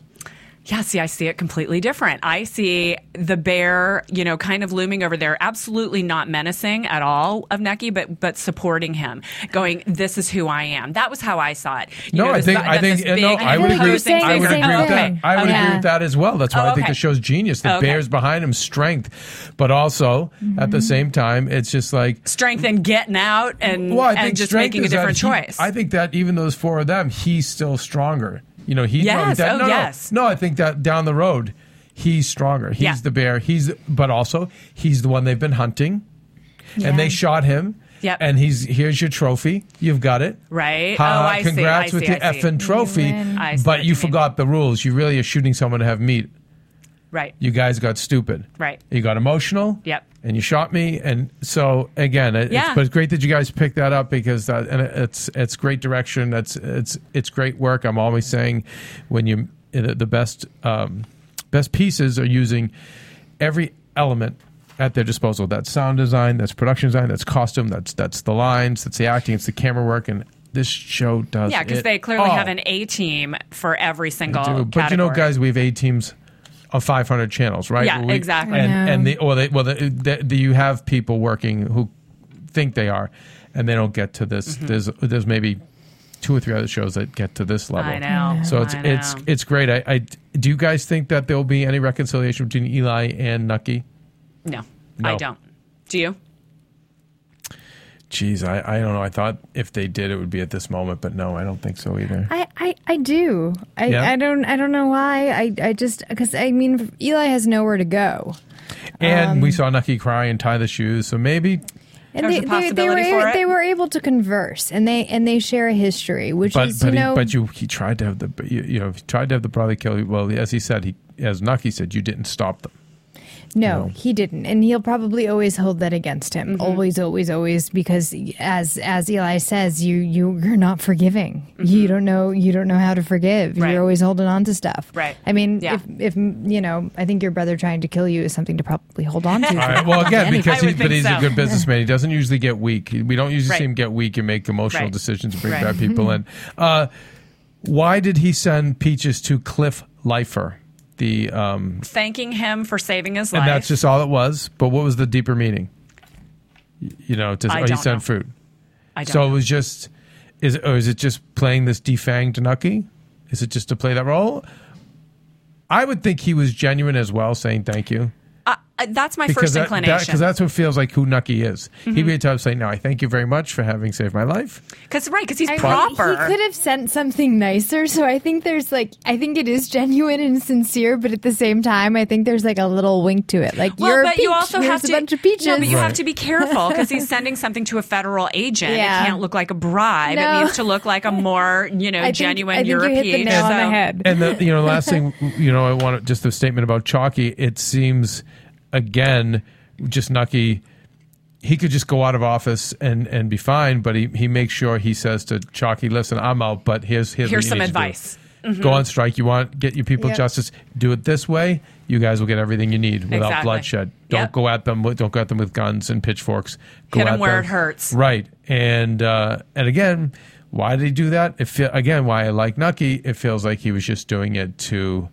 [SPEAKER 2] Yeah, see, I see it completely different. I see the bear, you know, kind of looming over there, absolutely not menacing at all of Neki, but but supporting him, going, "This is who I am." That was how I saw it. You
[SPEAKER 4] No,
[SPEAKER 2] know,
[SPEAKER 4] I
[SPEAKER 2] this-
[SPEAKER 4] think
[SPEAKER 2] that-
[SPEAKER 4] I think uh,
[SPEAKER 2] this
[SPEAKER 4] no,
[SPEAKER 2] big,
[SPEAKER 4] I would
[SPEAKER 3] think
[SPEAKER 4] agree.
[SPEAKER 3] you're
[SPEAKER 4] with-
[SPEAKER 3] saying
[SPEAKER 4] I would
[SPEAKER 3] the same
[SPEAKER 4] agree with that.
[SPEAKER 3] thing.
[SPEAKER 4] I would
[SPEAKER 3] Okay.
[SPEAKER 4] agree with that as well. That's why
[SPEAKER 2] Oh,
[SPEAKER 4] I think
[SPEAKER 2] okay.
[SPEAKER 4] the show's genius. The
[SPEAKER 2] Okay. Mm-hmm.
[SPEAKER 4] bear's behind him, strength, but also at the same time, it's just like
[SPEAKER 2] strength in getting out and
[SPEAKER 4] well, I think
[SPEAKER 2] and just
[SPEAKER 4] strength
[SPEAKER 2] making a
[SPEAKER 4] is that
[SPEAKER 2] different
[SPEAKER 4] he-
[SPEAKER 2] choice.
[SPEAKER 4] I think that even those four of them, he's still stronger. You know, he
[SPEAKER 2] Yes,
[SPEAKER 4] no, that,
[SPEAKER 2] oh,
[SPEAKER 4] no, no.
[SPEAKER 2] yes.
[SPEAKER 4] no, I think that down the road, he's stronger. He's
[SPEAKER 2] Yeah.
[SPEAKER 4] the bear. He's but also he's the one they've been hunting, and they shot him.
[SPEAKER 2] Yep.
[SPEAKER 4] And he's here's your trophy. You've got it.
[SPEAKER 2] Right.
[SPEAKER 4] Ha,
[SPEAKER 2] Oh, I see,
[SPEAKER 4] congrats
[SPEAKER 2] I
[SPEAKER 4] with
[SPEAKER 2] see,
[SPEAKER 4] your
[SPEAKER 2] I see.
[SPEAKER 4] effing trophy.
[SPEAKER 3] win.
[SPEAKER 2] I see what
[SPEAKER 4] but
[SPEAKER 2] you
[SPEAKER 4] you
[SPEAKER 2] mean.
[SPEAKER 4] forgot the rules. You really are shooting someone to have meat.
[SPEAKER 2] right.
[SPEAKER 4] You guys got stupid.
[SPEAKER 2] Right.
[SPEAKER 4] You got emotional.
[SPEAKER 2] Yep.
[SPEAKER 4] And you shot me. And so again, it,
[SPEAKER 2] Yeah.
[SPEAKER 4] it's, but it's great that you guys picked that up because that, and it- it's it's great direction. That's it's it's great work. I'm always saying when you the the best um, best pieces are using every element at their disposal. That's sound design. That's production design. That's costume. That's that's the lines. That's the acting. It's the camera work. And this show does.
[SPEAKER 2] Yeah, because
[SPEAKER 4] it
[SPEAKER 2] they clearly
[SPEAKER 4] all.
[SPEAKER 2] have an A team for every single.
[SPEAKER 4] They Oh. do. But you know,
[SPEAKER 2] category.
[SPEAKER 4] guys, we have eight teams of 500 channels, right?
[SPEAKER 2] Yeah,
[SPEAKER 4] Where we-
[SPEAKER 2] exactly.
[SPEAKER 4] And,
[SPEAKER 3] I know.
[SPEAKER 4] and the, well, they, well the, the, the, you have people working who think they are, and they don't get to this.
[SPEAKER 2] Mm-hmm.
[SPEAKER 4] There's, there's maybe two or three other shows that get to this level.
[SPEAKER 2] I know.
[SPEAKER 4] So it's
[SPEAKER 2] I know.
[SPEAKER 4] it's it's great. I, I do you guys think that there will be any reconciliation between Eli and Nucky?
[SPEAKER 2] no, I
[SPEAKER 4] No.
[SPEAKER 2] don't. Do you?
[SPEAKER 4] Jeez, I, I don't know. I thought if they did, it would be at this moment, but no, I don't think so either.
[SPEAKER 3] I, I, I do. I,
[SPEAKER 4] Yeah.
[SPEAKER 3] I don't I don't know why. I, I just because I mean Eli has nowhere to go.
[SPEAKER 4] And we saw Nucky cry and tie the shoes, so maybe
[SPEAKER 3] And
[SPEAKER 2] There's
[SPEAKER 3] they,
[SPEAKER 2] a
[SPEAKER 3] they, they were
[SPEAKER 2] possibility for
[SPEAKER 3] able,
[SPEAKER 2] it.
[SPEAKER 3] they were able to converse and they and they share a history, which
[SPEAKER 4] but
[SPEAKER 3] is you
[SPEAKER 4] but, he,
[SPEAKER 3] know
[SPEAKER 4] but you he tried to have the you, you know he tried to have the brother kill you. Well, as he said, he as Nucky said, you didn't stop them.
[SPEAKER 3] No,
[SPEAKER 4] know?
[SPEAKER 3] he didn't, and he'll probably always hold that against
[SPEAKER 2] Mm-hmm.
[SPEAKER 3] him. Always, always, always, because as as Eli says, you you you're not forgiving. You don't know you don't know how to forgive.
[SPEAKER 2] Mm-hmm. Right.
[SPEAKER 3] You're always holding on to stuff.
[SPEAKER 2] Right.
[SPEAKER 3] I mean,
[SPEAKER 2] Yeah.
[SPEAKER 3] if if you know, I think your brother trying to kill you is something to probably hold on to.
[SPEAKER 4] All right. Well, again, because
[SPEAKER 2] I
[SPEAKER 4] he,
[SPEAKER 2] would
[SPEAKER 4] but
[SPEAKER 2] think
[SPEAKER 4] he's
[SPEAKER 2] so.
[SPEAKER 4] a good businessman. He doesn't usually get weak. He- We don't usually
[SPEAKER 2] Right.
[SPEAKER 4] see him get weak and make emotional
[SPEAKER 2] Right.
[SPEAKER 4] decisions and bring
[SPEAKER 2] Right.
[SPEAKER 4] bad people in. Uh, why did he send peaches to Cliff Lifer? The um,
[SPEAKER 2] Thanking him for saving his life.
[SPEAKER 4] and that's just all it was. But what was the deeper meaning? Y- You know, to,
[SPEAKER 2] I
[SPEAKER 4] oh, he
[SPEAKER 2] don't
[SPEAKER 4] sent
[SPEAKER 2] know.
[SPEAKER 4] fruit.
[SPEAKER 2] I don't
[SPEAKER 4] So
[SPEAKER 2] know.
[SPEAKER 4] it was just is or is it just playing this defanged Nucky? Is it just to play that role? I would think he was genuine as well, saying thank you
[SPEAKER 2] Uh, uh, that's my first
[SPEAKER 4] that- that-
[SPEAKER 2] inclination. Mm-hmm.
[SPEAKER 4] 'cause that's what feels like who Nucky is. He'd be a type saying, "No, I thank you very much for having saved my life."
[SPEAKER 2] Because right, because he's
[SPEAKER 3] I mean,
[SPEAKER 2] proper.
[SPEAKER 3] He could have sent something nicer. So I think there's like, I think it is genuine and sincere, but at the same time, I think there's like a little wink to it. Like,
[SPEAKER 2] well,
[SPEAKER 3] you're a
[SPEAKER 2] but
[SPEAKER 3] peach.
[SPEAKER 2] you also
[SPEAKER 3] Here's
[SPEAKER 2] have to
[SPEAKER 3] a bunch of peaches.
[SPEAKER 2] No, but you have
[SPEAKER 4] Right.
[SPEAKER 2] to be careful because he's sending something to a federal agent.
[SPEAKER 3] Yeah.
[SPEAKER 2] It can't look like a bribe.
[SPEAKER 3] No.
[SPEAKER 2] It needs to look like a more you know
[SPEAKER 3] I think-
[SPEAKER 2] genuine
[SPEAKER 3] I think
[SPEAKER 2] European.
[SPEAKER 3] You hit the nail on
[SPEAKER 2] so-
[SPEAKER 3] the head.
[SPEAKER 4] And the you know last thing you know I want to- just a statement about Chalky. It seems again just Nucky. He could just go out of office and, and be fine, but he, he makes sure he says to Chalky, "Listen, I'm out, but here's here's, what
[SPEAKER 2] Here's
[SPEAKER 4] you
[SPEAKER 2] some
[SPEAKER 4] need to do.
[SPEAKER 2] advice."
[SPEAKER 4] Go on strike. You want get your people
[SPEAKER 3] Yep.
[SPEAKER 4] justice. Do it this way. You guys will get everything you need without
[SPEAKER 2] Exactly.
[SPEAKER 4] bloodshed. Don't
[SPEAKER 2] Yep.
[SPEAKER 4] go at them. With, don't go at them with guns and pitchforks. Go
[SPEAKER 2] Hit 'em
[SPEAKER 4] at
[SPEAKER 2] where it hurts.
[SPEAKER 4] Right. And uh, and again, Why did he do that? It feel, again, why I like Nucky, it feels like he was just doing it to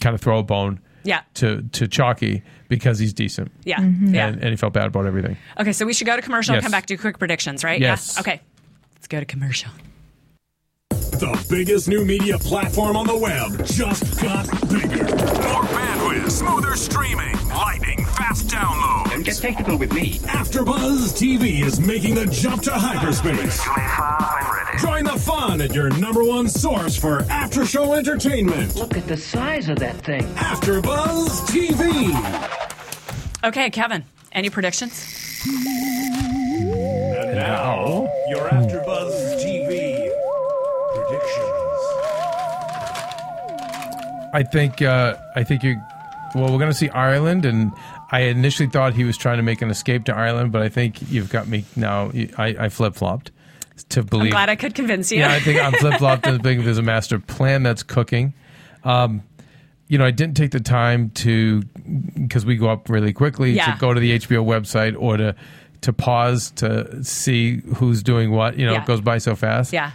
[SPEAKER 4] kind of throw a bone
[SPEAKER 2] Yeah.
[SPEAKER 4] to, to Chalky because he's decent.
[SPEAKER 2] Yeah.
[SPEAKER 3] Mm-hmm.
[SPEAKER 2] Yeah.
[SPEAKER 4] And, and he felt bad about everything.
[SPEAKER 2] okay, so we should go to commercial and
[SPEAKER 4] Yes.
[SPEAKER 2] come back to quick predictions, right?
[SPEAKER 4] Yes.
[SPEAKER 2] Yeah? Okay. Let's go to commercial.
[SPEAKER 7] The biggest new media platform on the web just got bigger.
[SPEAKER 8] More bandwidth, smoother streaming, lightning fast download.
[SPEAKER 9] Don't get technical with me.
[SPEAKER 7] AfterBuzz TV is making the jump to hyperspace.
[SPEAKER 8] I'm ready.
[SPEAKER 7] Join the fun at your number one source for after-show entertainment.
[SPEAKER 9] Look at the size of that thing.
[SPEAKER 7] AfterBuzz TV.
[SPEAKER 2] Okay, Kevin, any predictions?
[SPEAKER 7] And now, hmm. your AfterBuzz TV predictions.
[SPEAKER 4] I think uh, I think you. Well, we're going to see Ireland, and I initially thought he was trying to make an escape to Ireland, but I think you've got me now. I, I flip flopped to believe.
[SPEAKER 2] I'm glad I could convince you.
[SPEAKER 4] yeah, I think I'm flip flopped to think there's a master plan that's cooking. Um, you know, I didn't take the time to because we go up really quickly
[SPEAKER 2] Yeah.
[SPEAKER 4] to go to the HBO website or to to pause to see who's doing what. You know,
[SPEAKER 2] Yeah.
[SPEAKER 4] it goes by so fast.
[SPEAKER 2] Yeah.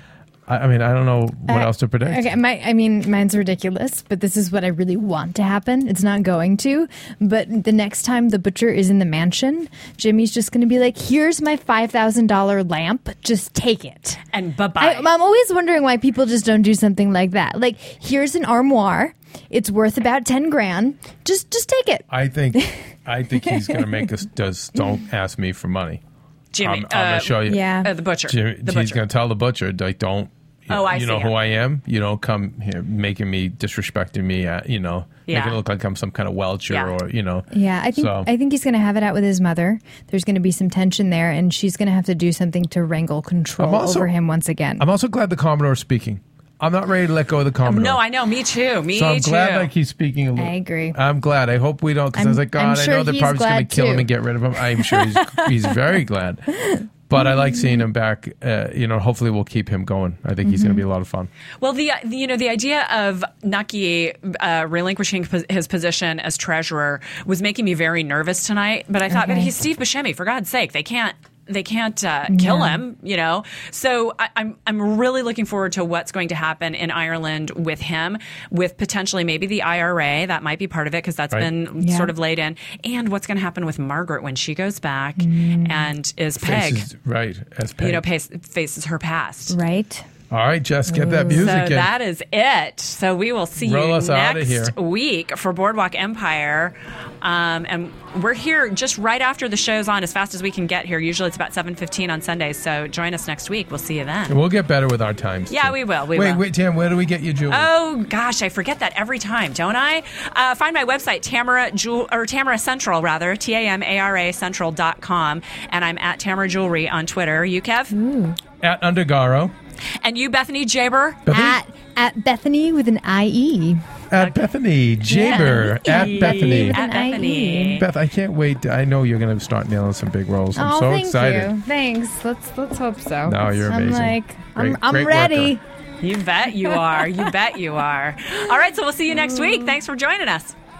[SPEAKER 4] I, I mean, I don't know what
[SPEAKER 3] Uh,
[SPEAKER 4] else to predict.
[SPEAKER 3] Okay, my, I mean, mine's ridiculous, but this is what I really want to happen. It's not going to, but the next time the butcher is in the mansion, Jimmy's just going to be like, "Here's my five thousand dollar lamp. Just take it."
[SPEAKER 2] And bye
[SPEAKER 3] I,
[SPEAKER 2] bye.
[SPEAKER 3] I'm always wondering why people just don't do something like that. Like, here's an armoire. It's worth about ten grand. Just, just take it.
[SPEAKER 4] I think I think he's going to make us. Does don't ask me for money.
[SPEAKER 2] Jimmy,
[SPEAKER 4] I'm, I'm going
[SPEAKER 2] uh,
[SPEAKER 4] to show you.
[SPEAKER 3] Yeah.
[SPEAKER 2] uh, the butcher.
[SPEAKER 4] Jimmy-
[SPEAKER 2] the
[SPEAKER 4] he's
[SPEAKER 2] butcher.
[SPEAKER 4] going to tell the butcher like don't. You,
[SPEAKER 2] Oh, I
[SPEAKER 4] you know
[SPEAKER 2] see.
[SPEAKER 4] who I am. You don't come here making me disrespecting me. uh, You know,
[SPEAKER 2] Yeah.
[SPEAKER 4] making it look like I'm some kind of welcher
[SPEAKER 2] Yeah.
[SPEAKER 4] or you know.
[SPEAKER 3] Yeah, I think
[SPEAKER 4] So-
[SPEAKER 3] I think he's going to have it out with his mother. There's going to be some tension there, and she's going to have to do something to wrangle control
[SPEAKER 4] I'm also-
[SPEAKER 3] over him once again.
[SPEAKER 4] I'm also glad the Commodore's speaking. I'm not ready to let go of the Commodore.
[SPEAKER 2] no, I know. Me too. Me
[SPEAKER 4] So I'm
[SPEAKER 2] too.
[SPEAKER 4] glad like he's speaking a little.
[SPEAKER 3] I agree.
[SPEAKER 4] I'm glad. I hope we don't because I was
[SPEAKER 3] I'm-
[SPEAKER 4] like, God,
[SPEAKER 3] I'm
[SPEAKER 4] I
[SPEAKER 3] sure
[SPEAKER 4] know they're
[SPEAKER 3] he's
[SPEAKER 4] probably just going
[SPEAKER 3] glad
[SPEAKER 4] to kill him
[SPEAKER 3] too.
[SPEAKER 4] and get rid of him. I'm sure he's, he's very glad. But I like seeing him back. Uh, you know, hopefully we'll keep him going. I think he's going to be
[SPEAKER 2] Mm-hmm.
[SPEAKER 4] a lot of fun.
[SPEAKER 2] Well, the, uh, the you know the idea of Naki uh, relinquishing pos- his position as treasurer was making me very nervous tonight. But I thought, but
[SPEAKER 3] Okay.
[SPEAKER 2] he's Steve Buscemi. For God's sake, they can't they can't uh, kill
[SPEAKER 3] Yeah.
[SPEAKER 2] him. You know. So I, I'm I'm really looking forward to what's going to happen in Ireland with him, with potentially maybe the IRA. That might be part of it because that's
[SPEAKER 4] Right.
[SPEAKER 2] been
[SPEAKER 3] Yeah.
[SPEAKER 2] sort of laid in. And what's going to happen with Margaret when she goes back and is Peg.
[SPEAKER 4] Mm. Faces- right as Peg.
[SPEAKER 2] You know, pace, faces her past.
[SPEAKER 3] right?
[SPEAKER 4] All right, Jess, get that music
[SPEAKER 2] So
[SPEAKER 4] in.
[SPEAKER 2] that is it. So we will see
[SPEAKER 4] Roll
[SPEAKER 2] you
[SPEAKER 4] us outta
[SPEAKER 2] next
[SPEAKER 4] here.
[SPEAKER 2] week for Boardwalk Empire. Um, and we're here just right after the show's on as fast as we can get here. Usually it's about 7.15 on Sundays. So join us next week. We'll see you then.
[SPEAKER 4] we'll get better with our times.
[SPEAKER 2] Yeah,
[SPEAKER 4] too.
[SPEAKER 2] we will, we
[SPEAKER 4] wait,
[SPEAKER 2] will.
[SPEAKER 4] wait, Tam, where do we get your jewelry?
[SPEAKER 2] Oh gosh, I forget that every time, don't I? Uh, find my website, Tamara Jewel or Tamara Central rather, T A M A R A Central dot com, and I'm at Tamara Jewelry on Twitter. You Kev
[SPEAKER 4] At Undergaro,
[SPEAKER 2] and you Bethany Jaber.
[SPEAKER 3] At at Bethany with an I E.
[SPEAKER 4] at Bethany Jaber, at Bethany.
[SPEAKER 3] With
[SPEAKER 2] At
[SPEAKER 3] an
[SPEAKER 2] Bethany.
[SPEAKER 3] IE.
[SPEAKER 4] Beth, I can't wait. I know you're going to start nailing some big roles. I'm
[SPEAKER 3] oh,
[SPEAKER 4] so
[SPEAKER 3] thank
[SPEAKER 4] excited.
[SPEAKER 3] you. Thanks. Let's let's hope so.
[SPEAKER 4] No, you're
[SPEAKER 3] I'm
[SPEAKER 4] amazing.
[SPEAKER 3] like I'm,
[SPEAKER 4] Great-
[SPEAKER 3] I'm
[SPEAKER 4] great
[SPEAKER 3] ready.
[SPEAKER 4] worker.
[SPEAKER 2] You bet you are. You bet you are. All right, so we'll see you next
[SPEAKER 3] Mm.
[SPEAKER 2] week. Thanks for joining us.